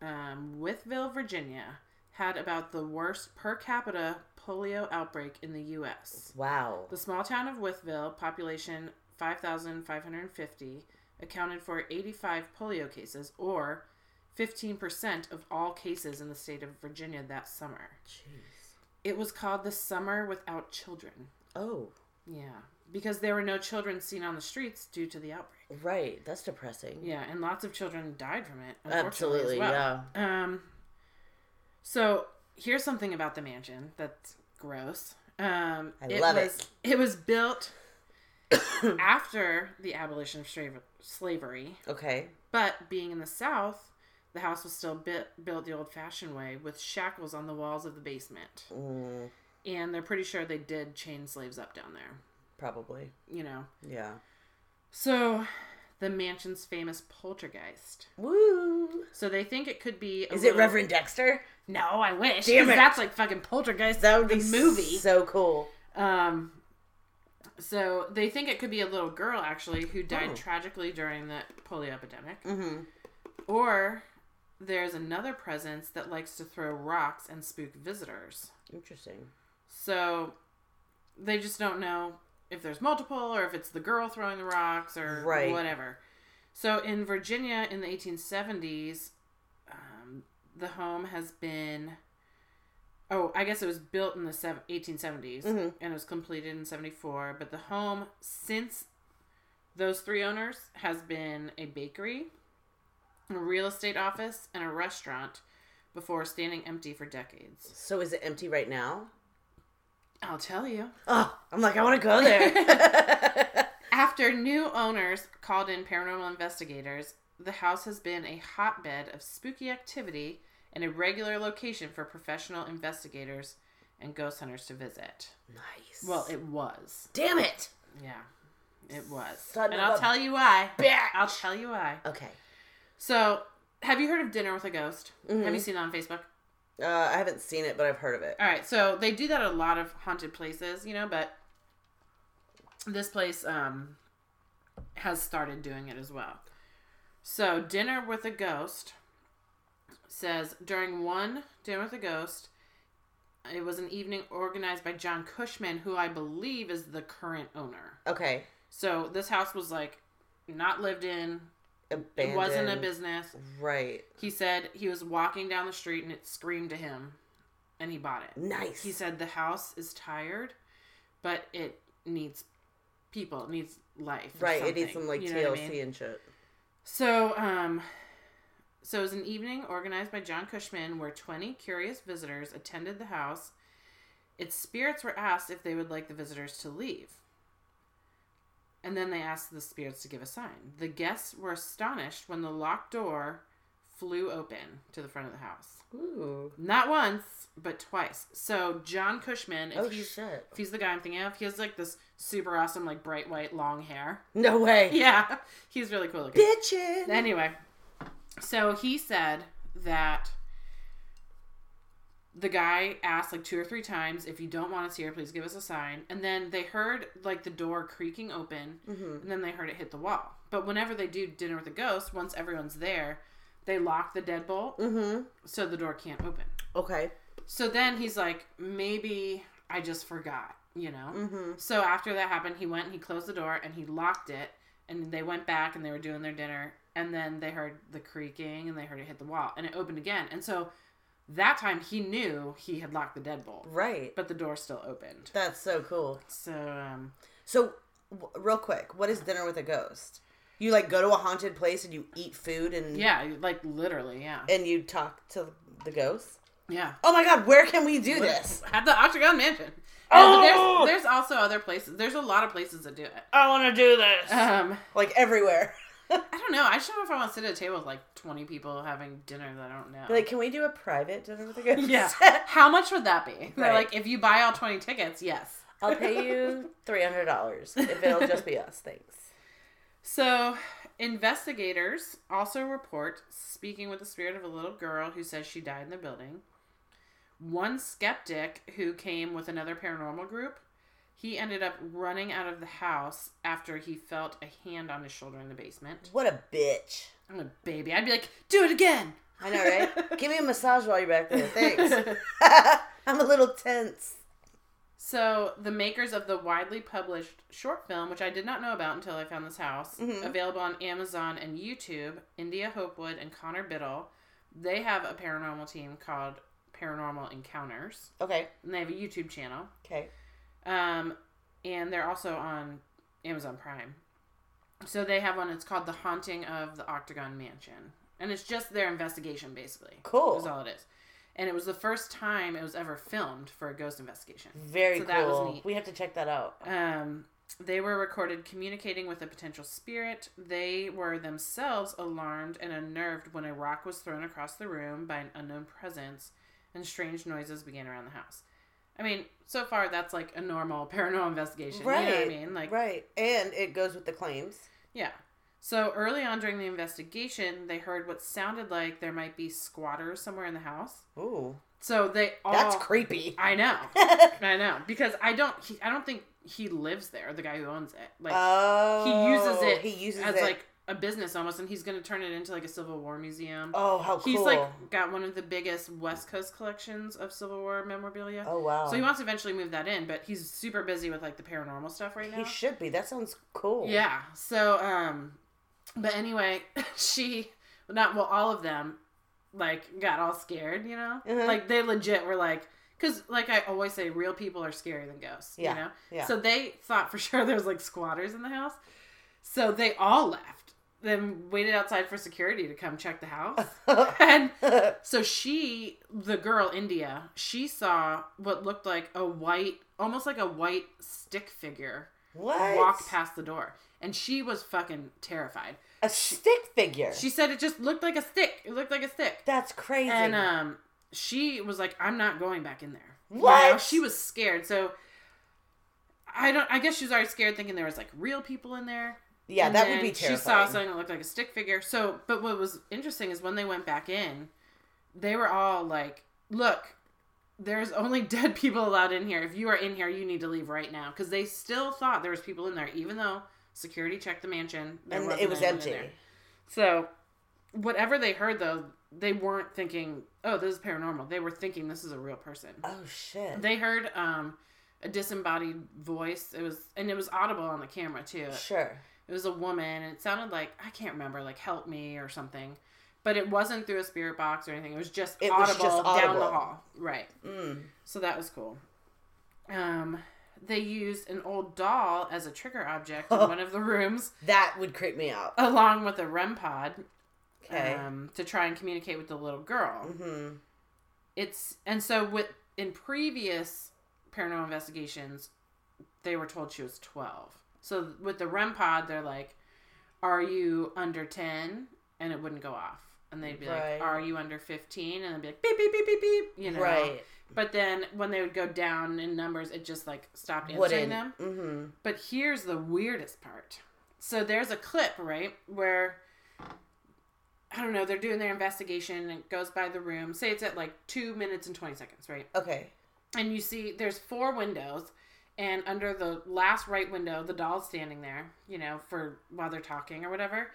Um, Withville, Virginia had about the worst per capita polio outbreak in the U.S.
Wow.
The small town of Withville, population 5,550, accounted for 85 polio cases, or 15% of all cases in the state of Virginia that summer.
Jeez.
It was called the Summer Without Children.
Oh,
Yeah, because there were no children seen on the streets due to the outbreak.
right. That's depressing.
Yeah, and lots of children died from it. Unfortunately,
Absolutely.
as well. yeah. Um. So here's something about the mansion that's gross. Um,
I love it.
was, it. was built after the abolition of shrave- slavery,
Yeah. Okay.
but being in the South, the house was still bit, built the old-fashioned way with shackles on the walls of the basement,
Mm,
and they're pretty sure they did chain slaves up down there.
probably.
You know.
Yeah.
So, the mansion's famous poltergeist.
Woo.
So they think it could be. a
Is it
little-
Reverend Dexter?
No, I wish.
Damn
'cause
it.
That's like fucking Poltergeist.
That would be
the movie.
so cool.
um, so they think it could be a little girl actually who died
Oh.
tragically during the polio epidemic,
Mm-hmm.
or there's another presence that likes to throw rocks and spook visitors.
Interesting.
So they just don't know if there's multiple or if it's the girl throwing the rocks or
Right.
whatever. So in Virginia in the 1870s, um, the home has been. Oh, I guess it was built in the sev- 1870s
Mhm.
and it was completed in 74. But the home, since those three owners, has been a bakery, a real estate office, and a restaurant before standing empty for decades.
So is it empty right now?
I'll tell you.
Oh, I'm like, I want to go there.
After new owners called in paranormal investigators, the house has been a hotbed of spooky activity and a regular location for professional investigators and ghost hunters to visit.
nice.
Well, it was.
damn it.
Yeah. It was.
Son
and
of
I'll
a
tell you why. I'll tell you why.
Okay.
So, have you heard of Dinner with a Ghost?
Mhm.
Have you seen that on Facebook?
Uh, I haven't seen it, but I've heard of it.
All right, so they do that at a lot of haunted places, you know, but this place um, has started doing it as well. So, Dinner with a Ghost says during one Dinner with a Ghost, it was an evening organized by John Cushman, who I believe is the current owner.
Okay.
So, this house was like not lived in,
Abandoned.
it wasn't a business.
Right.
He said he was walking down the street and it screamed to him, and he bought it.
Nice.
He said the house is tired, but it needs people. It needs life. or
right. It needs
something,
some like
you know
TLC
what I mean?
and shit.
So, um, so it was an evening organized by John Cushman where 20 curious visitors attended the house. Its spirits were asked if they would like the visitors to leave. And then they asked the spirits to give a sign. The guests were astonished when the locked door flew open to the front of the house.
Ooh.
Not once, but twice. So John Cushman, if
Oh
he's
shit.
if he's the guy I'm thinking of, he has like this super awesome, like bright white long hair.
No way.
Yeah, he's really cool looking.
Bitchin'.
Anyway, so he said that the guy asked like two or three times, if you don't want us here, please give us a sign. And then they heard like the door creaking open,
Mhm.
and then they heard it hit the wall. But whenever they do dinner with a ghost, once everyone's there, they lock the deadbolt
Mm-hmm.
so the door can't open.
Okay.
So then he's like, maybe I just forgot, you know?
Mm-hmm.
So after that happened, he went and he closed the door and he locked it. And they went back and they were doing their dinner. And then they heard the creaking and they heard it hit the wall and it opened again. And so that time he knew he had locked the deadbolt,
Right.
but the door still opened.
That's so cool.
So, um,
So, w- real quick, what is dinner with a ghost? You like go to a haunted place and you eat food and
yeah, like literally, yeah.
and you talk to the ghost.
Yeah.
Oh my God, where can we do this?
At the Octagon Mansion.
Oh!
Yeah, but there's, there's also other places. There's a lot of places that do it.
I want to do this.
Um,
like everywhere.
I don't know. I just don't know if I want to sit at a table with like 20 people having dinner that I don't know.
Like, can we do a private dinner with the guys?
yeah. How much would that be? They're
Right.
like, if you buy all 20 tickets, yes.
I'll pay you three hundred dollars if it'll just be us. Thanks.
So, investigators also report speaking with the spirit of a little girl who says she died in the building. One skeptic who came with another paranormal group, he ended up running out of the house after he felt a hand on his shoulder in the basement.
What a bitch.
I'm a baby. I'd be like, do it again.
I know, right? Give me a massage while you're back there. Thanks. I'm a little tense.
So, the makers of the widely published short film, which I did not know about until I found this house,
Mm-hmm.
available on Amazon and YouTube, India Hopewood and Connor Biddle, they have a paranormal team called Paranormal Encounters,
Okay.
and they have a YouTube channel.
Okay.
Um, and they're also on Amazon Prime. So, they have one, it's called The Haunting of the Octagon Mansion. And it's just their investigation, basically.
Cool.
Is all it is. And it was the first time it was ever filmed for a ghost investigation.
Very
So
cool.
that was neat.
We have to check that out.
Um, they were recorded communicating with a potential spirit. They were themselves alarmed and unnerved when a rock was thrown across the room by an unknown presence, and strange noises began around the house. I mean, so far that's like a normal paranormal investigation.
Right.
You know what I mean? Like,
right. And it goes with the claims.
yeah. So early on during the investigation, they heard what sounded like there might be squatters somewhere in the house.
Ooh.
So they all
That's creepy.
I know, I know, because I don't, he, I don't think he lives there. The guy who owns it, like,
Oh.
he uses it
He uses
as
it.
like a business almost and he's going to turn it into like a civil war museum
oh, how cool.
he's like got one of the biggest west coast collections of civil war memorabilia
oh, wow.
so he wants to eventually move that in but he's super busy with like the paranormal stuff right now
He should be. That sounds cool.
yeah so um but anyway she not well all of them like got all scared you know
Uh-huh.
like they legit were like because like i always say real people are scarier than ghosts
Yeah,
you know
yeah.
so they thought for sure there was like squatters in the house so they all left then waited outside for security to come check the house and so she the girl india she saw what looked like a white almost like a white stick figure
What?
walk past the door and she was fucking terrified
a stick figure.
she said it just looked like a stick it looked like a stick
That's crazy.
and um she was like i'm not going back in there You
What?
know, she was scared so i don't i guess she was already scared thinking there was like real people in there
yeah,
and
that
then
would be terrifying.
She saw something that looked like a stick figure. So, but what was interesting is when they went back in, they were all like, "Look, there's only dead people allowed in here. If you are in here, you need to leave right now." Because they still thought there was people in there, even though security checked the mansion there
and
wasn't
it was
anyone in
empty.
there. So, whatever they heard though, they weren't thinking, "Oh, this is paranormal." They were thinking this is a real person.
Oh shit.
They heard um, a disembodied voice. It was and it was audible on the camera too.
sure.
It was a woman, and it sounded like I can't remember, like "Help me" or something. But it wasn't through a spirit box or anything. It was just
It was
audible
just
down the
audible.
hall, right?
Mm.
So that was cool. Um, they used an old doll as a trigger object in one of the rooms,
That would creep me out.
along with a REM pod,
Okay.
um, to try and communicate with the little girl.
mm-hmm.
It's and so with in previous paranormal investigations, they were told she was twelve. So with the REM pod, they're like, "Are you under ten? And it wouldn't go off. And they'd be
Right.
like, "Are you under 15? And they'd be like, "Beep beep beep beep beep," you know.
Right.
But then when they would go down in numbers, it just like stopped answering
Wouldn't.
them.
Mm-hmm.
But here's the weirdest part. So there's a clip, right, where I don't know, they're doing their investigation and it goes by the room. Say it's at like two minutes and 20 seconds, right?
Okay.
And you see there's four windows, and under the last right window, the doll's standing there, you know, for while they're talking or whatever.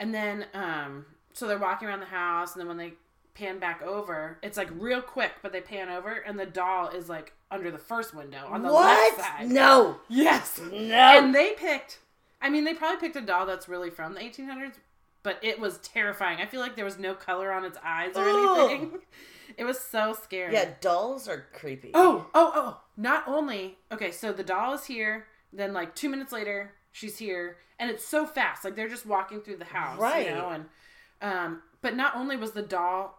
And then, um, so they're walking around the house, and then when they pan back over, it's like real quick, but they pan over, and the doll is like under the first window on the
what?
left side.
No.
Yes
No.
and they picked i mean they probably picked a doll that's really from the 1800s but it was terrifying i feel like there was no color on its eyes or
Ugh.
anything it was so scary
yeah, dolls are creepy.
oh oh oh not only okay so the doll is here then like two minutes later she's here and it's so fast like they're just walking through the house
Right.
you know and um but not only was the doll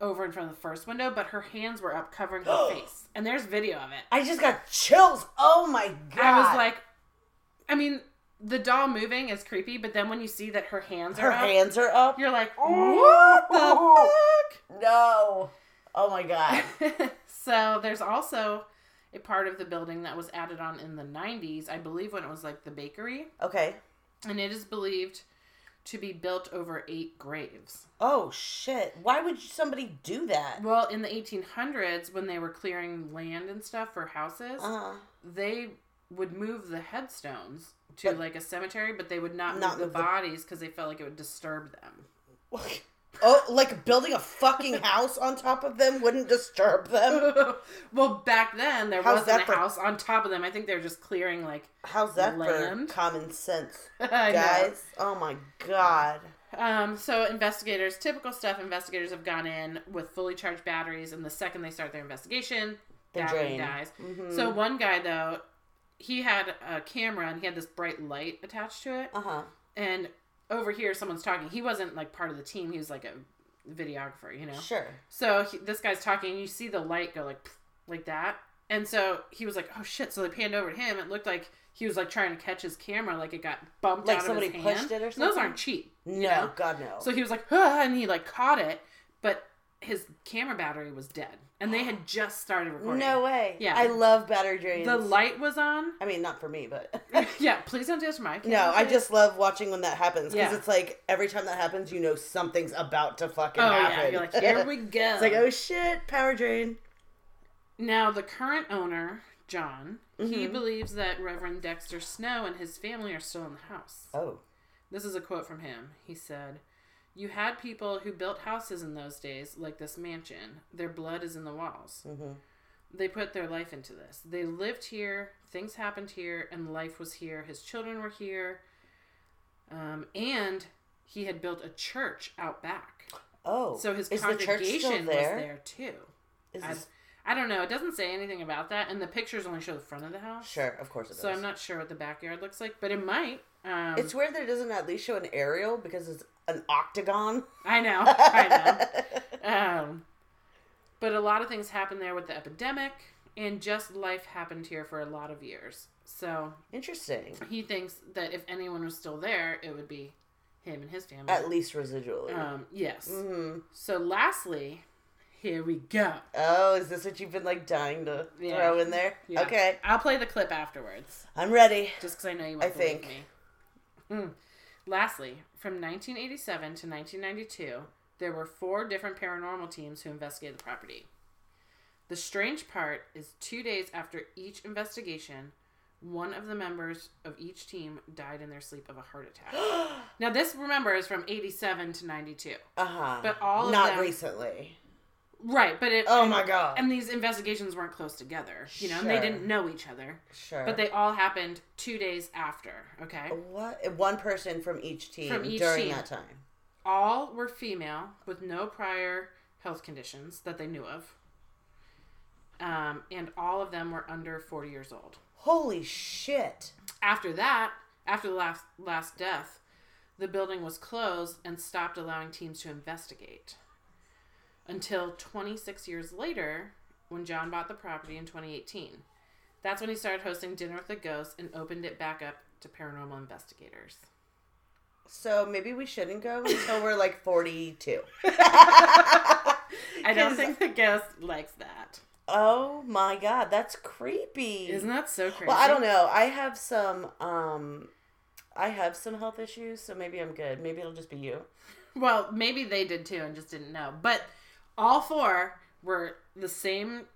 over in front of the first window, but her hands were up covering her face. And there's video of it.
I just got chills. Oh my god.
I was like, I mean, the doll moving is creepy, but then when you see that her hands are
her
up,
hands Oh. are up.
you're like, what the
No. Oh my god.
fuck? so there's also a part of the building that was added on in the 90s, I believe when it was like the bakery,
Okay.
and it is believed to be built over eight graves.
Oh shit. Why would somebody do that?
Well, in the 1800s, when they were clearing land and stuff for houses,
Uh,
they would move the headstones to
But-
like a cemetery, but they would not,
Not
move the
move the-
bodies because they felt like it would disturb them.
oh, like building a fucking house on top of them wouldn't disturb them.
well, back then there
How's
wasn't
that
a
for-
house on top of them. I think they were just clearing like
How's that
Land.
for common sense,
I know.
guys? Oh my god.
Um, so investigators, typical stuff. Investigators have gone in with fully charged batteries, and the second they start their investigation,
They
battery
drain.
dies.
Mhm.
So one guy though, he had a camera and he had this bright light attached to it,
Uh huh.
and over here someone's talking. He wasn't like part of the team. He was like a videographer, you know.
Sure.
So he, this guy's talking, and you see the light go like like that, and so he was like, "Oh shit!" So they panned over to him. It looked like he was like trying to catch his camera, like it got bumped
Like
out
somebody
of his
pushed
hand.
it or
And Those
something?
aren't cheap.
No,
you know?
God no.
So he was like, "Huh," and he like caught it, but his camera battery was dead, and they had just started recording.
no way.
Yeah.
I love battery drains.
the light was on.
I mean, not for me, but
yeah, please don't do this to my camera.
no. I just love watching when that happens because
Yeah.
it's like every time that happens, you know something's about to fucking
Oh
happen.
yeah, you're like, here we go.
It's like, oh shit, power drain.
Now, the current owner, John,
Mm-hmm.
he believes that Reverend Dexter Snow and his family are still in the house.
Oh.
This is a quote from him. He said, You had people who built houses in those days, like this mansion. Their blood is in the walls.
Mm-hmm.
They put their life into this. They lived here, things happened here, and life was here. His children were here. Um, and he had built a church out back.
Oh.
So his
is the church
congregation
still
was
there?
there too.
Is
I,
this-
I don't know. It doesn't say anything about that, and the pictures only show the front of the house.
Sure, of course it
So
does.
I'm not sure what the backyard looks like, but it might. Um,
It's weird that it doesn't at least show an aerial because it's an octagon.
I know. I know. um, but a lot of things happened there with the epidemic, and just life happened here for a lot of years. So
Interesting.
he thinks that if anyone was still there, it would be him and his family.
At least residually.
Um, yes.
Mhm.
So lastly, here we go.
Oh, is this what you've been like dying to
Yeah.
throw in there?
Yeah.
Okay,
I'll play the clip afterwards.
I'm ready.
just because I know you won't
I
believe
think.
me. Mm. Lastly, from 1987 to 1992, there were four different paranormal teams who investigated the property. The strange part is two days after each investigation, one of the members of each team died in their sleep of a heart attack. now, this, remember, is from 87 to 92.
Uh huh.
But all of
not
them-
recently.
Right, but it.
Oh
and-
my God.
And these investigations weren't close together, you know, and they
Sure.
didn't know each other.
Sure.
But they all happened two days after, okay?
what one person from each team
From each
during
team.
that time.
all were female with no prior health conditions that they knew of. Um, and all of them were under 40 years old.
Holy shit.
After that, after the last, last death, the building was closed and stopped allowing teams to investigate. Until 26 years later, when John bought the property in 2018. That's when he started hosting Dinner with the Ghosts and opened it back up to paranormal investigators.
So maybe we shouldn't go until we're like 42.
I don't
'Cause-
think the ghost likes that.
Oh my god, that's creepy.
Isn't that so crazy?
Well, I don't know. I have some um I have some health issues, so maybe I'm good. Maybe it'll just be you.
Well, maybe they did too and just didn't know. But all four were the same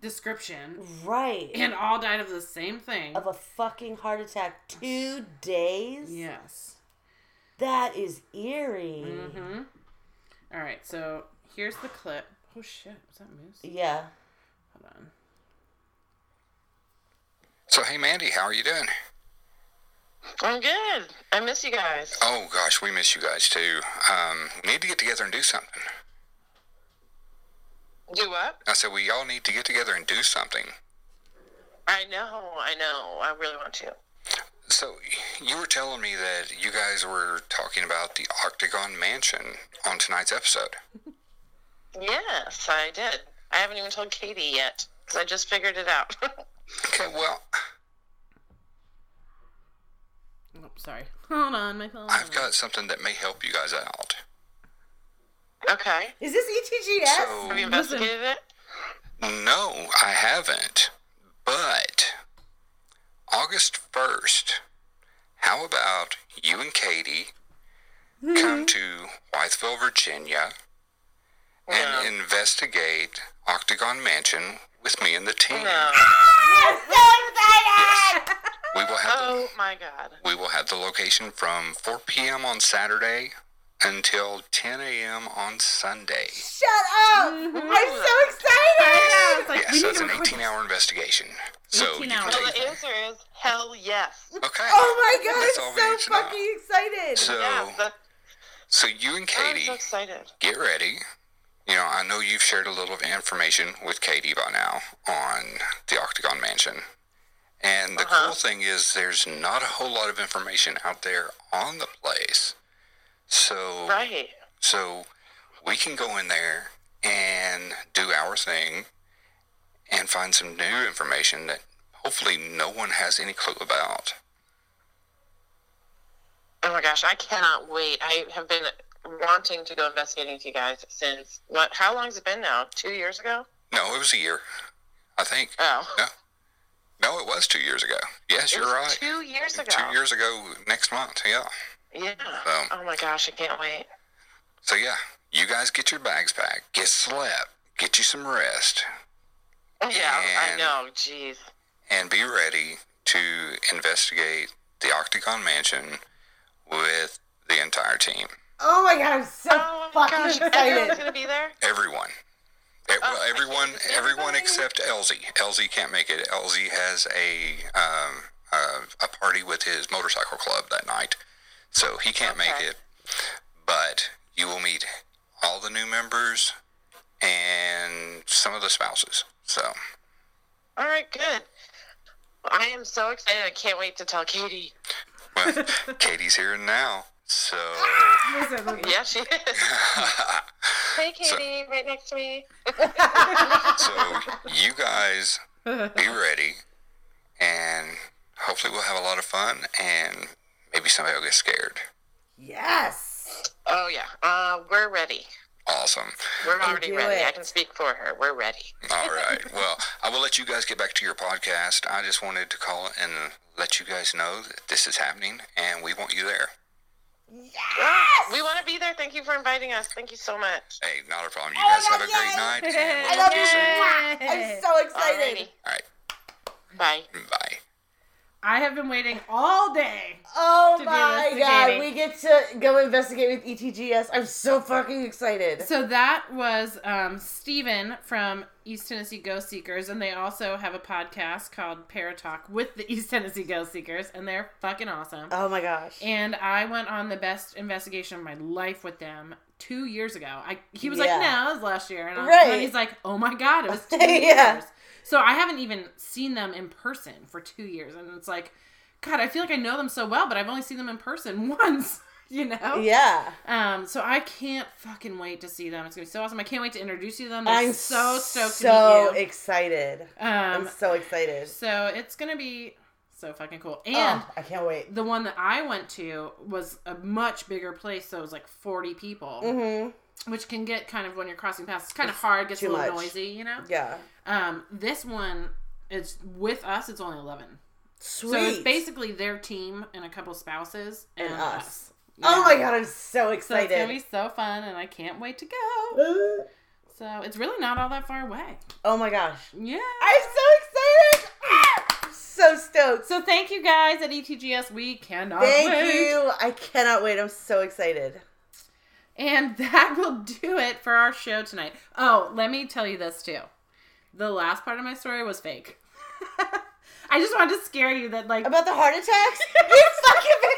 description
Right.
and all died of the same thing.
of a fucking heart attack 2 days?
Yes.
That is eerie.
Mm-hmm. All right, so here's the clip. Oh shit, was that moose?
Yeah.
Hold on.
So, hey, Mandy, how are you doing?
I'm good. I miss you guys.
Oh, gosh, we miss you guys too. Um, we need to get together and do something.
Do what?
I said, we all need to get together and do something.
I know. I know. I really want to.
So, you were telling me that you guys were talking about the Octagon Mansion on tonight's episode.
Yes, I did. I haven't even told Katie yet because I just figured it out.
Okay, well,
Oh, sorry. Hold on, my phone.
I've got something that may help you guys out.
okay.
Is this
E
ETGS?
So,
Have you investigated it?
no, I haven't. But August 1st, how about you and Katie
Hmm.
come to Wytheville, Virginia and investigate Octagon Mansion with me and the team?
No.
We will have the-
Oh my God.
We will have the location from 4 p.m. on Saturday until 10 a.m. on Sunday.
Shut up! I'm so excited!
It's like,
Yes,
we need
that's
to
an
record
18 hour investigation.
18
So you can
hours.
Well,
take,
the answer is hell yes.
okay.
Oh my god,
That's all we
I'm
need
so
to know.
fucking excited!
So,
Yeah, the,
so you and
I'm
Katie
so excited.
get ready. You know, I know you've shared a little of information with Katie by now on the Octagon Mansion. And the
Uh-huh.
cool thing is, there's not a whole lot of information out there on the place. So,
Right.
So we can go in there and do our thing and find some new information that hopefully no one has any clue about.
Oh my gosh, I cannot wait. I have been wanting to go investigating with you guys since what? How long has it been now? Two years ago?
No, it was a year, I think.
Oh,
No, no, it was two years ago. Yes,
It
you're
was
right.
Two years ago.
Two years ago, next month. Yeah.
Yeah.
So-
oh my gosh, I can't wait.
So yeah, you guys get your bags packed, get slept, get you some rest,
Yeah, I
And-
know. Jeez.
and be ready to investigate the Octagon Mansion with the entire team.
Oh my god, I'm so
Oh my
fucking
gosh, everyone's
excited!
gonna be there.
Everyone. E- well, everyone,
Oh, is
everyone
everybody?
except Elsie. Elsie can't make it. Elsie has a um, uh, a party with his motorcycle club that night, so he can't make
Okay.
it. But you will meet all the new members and some of the spouses. So
All right, good. I am so excited. I can't wait to tell Katie.
well, Katie's here now. So
Yeah, she is. hey, Katie, right next to me.
so you guys be ready, and hopefully we'll have a lot of fun, and maybe somebody will get scared.
Yes!
Oh yeah. Uh, we're ready.
Awesome.
We're already
do
ready. I
it.
can speak for her. We're ready.
All right. Well, I will let you guys get back to your podcast. I just wanted to call and let you guys know that this is happening and we want you there.
We want to be there. Thank you for inviting us. Thank you so much.
Hey, not a problem. You guys have a great night. and we'll
I love
talk to
you!
you soon.
I'm so excited!
Alrighty.
All
Bye.
right. Bye.
I have been waiting all day.
Oh
To do
my god,
investigating.
we get to go investigate with E ETGS. I'm so fucking excited.
So that was um, Steven from East Tennessee Ghost Seekers, and they also have a podcast called Paratalk with the East Tennessee Ghost Seekers, and they're fucking awesome.
Oh my gosh.
and I went on the best investigation of my life with them two years ago. I he was
Yeah.
like, "No, it was last year," and, I,
Right.
and he's like, "Oh my god, it was two
Yeah.
years." So I haven't even seen them in person for two years, and it's like, God, I feel like I know them so well, but I've only seen them in person once. You know,
Yeah.
um, so I can't fucking wait to see them. It's gonna be so awesome. I can't wait to introduce you to them. They're
I'm
so stoked
so
to meet you.
excited.
um,
I'm so excited.
so it's gonna be so fucking cool. And
Oh, I can't wait.
the one that I went to was a much bigger place, so it was like forty people,
Mm-hmm.
which can get kind of when you're crossing paths. It's kind of hard, gets a
too
little
much.
noisy, you know.
Yeah.
Um, this one it's with us. It's only eleven,
Sweet.
so it's basically their team and a couple spouses and,
And
us.
us. Oh
Yeah.
my god, I'm so
So it's gonna be
excited.
so fun, and I can't wait to go. So it's really not all that far away.
oh my gosh.
Yeah.
I'm so excited. Ah! I'm so stoked.
so thank you guys at E ETGS. We cannot
Thank
wait.
you. I cannot wait. I'm so excited.
And that will do it for our show tonight. Oh, let me tell you this too. The last part of my story was fake. I just wanted to scare you that like
About the heart attacks? you fucking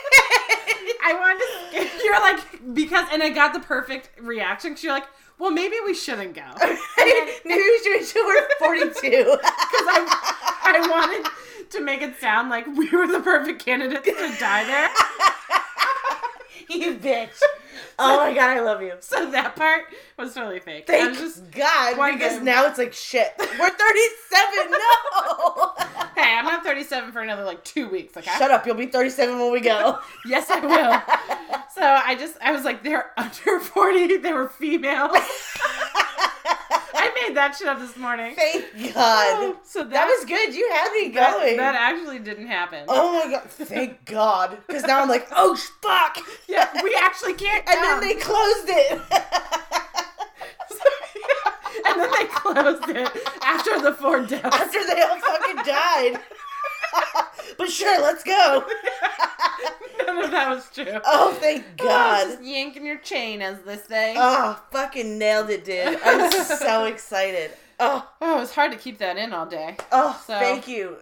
I wanted to scare you're like because and I got the perfect reaction because you're like, well maybe we shouldn't go.
New Jersey, we're 42.
I wanted to make it sound like we were the perfect candidates to die there.
you bitch. Oh my god, I love you.
So that part was totally fake. I'm
Thank
just,
God,
wondering.
because now it's like shit. We're 37. No.
hey, I'm not 37 for another like two weeks. Okay,
Shut up. You'll be 37 when we go.
yes, I will. so I just, I was like, they're under 40. They were females. I made that shit up this morning.
Thank God.
So that,
That was good. You had me
Oh. that-
going.
That, actually didn't happen.
oh my God. Thank God. Because now I'm like, oh, sh- fuck.
Yeah, we actually can't.
And
come.
then they closed it.
and then they closed it after the four deaths.
After they all fucking died. but sure, let's go.
None of that was true.
Oh, thank God.
Just yanking your chain, as they say.
Oh, fucking nailed it, dude. I'm so excited. Oh,
oh, it was hard to keep that in all day.
oh,
So-
thank you.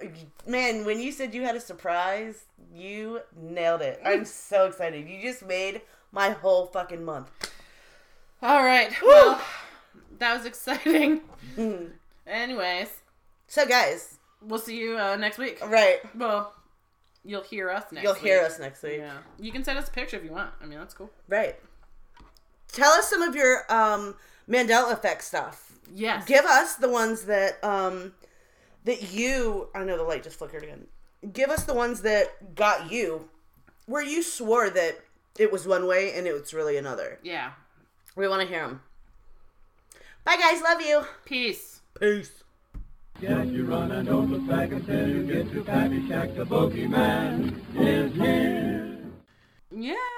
Man, when you said you had a surprise, you nailed it. I'm so excited. You just made my whole fucking month.
All right. Well, that was exciting.
Hmm.
Anyways,
So, guys,
we'll see you uh, next week.
right,
Well, you'll hear us next.
you'll
week.
hear us next week.
Yeah, you can send us a picture if you want. I mean, that's cool.
Right. Tell us some of your um, Mandela effect stuff.
Yes.
Give us the ones that um, that you. I know the light just flickered again. Give us the ones that got you, where you swore that it was one way and it was really another.
yeah.
We want to hear them. Bye, guys. Love you.
Peace.
Peace.
Yes, you run and don't look back until you get to Paddy Shack. The bogeyman is here.
Yeah.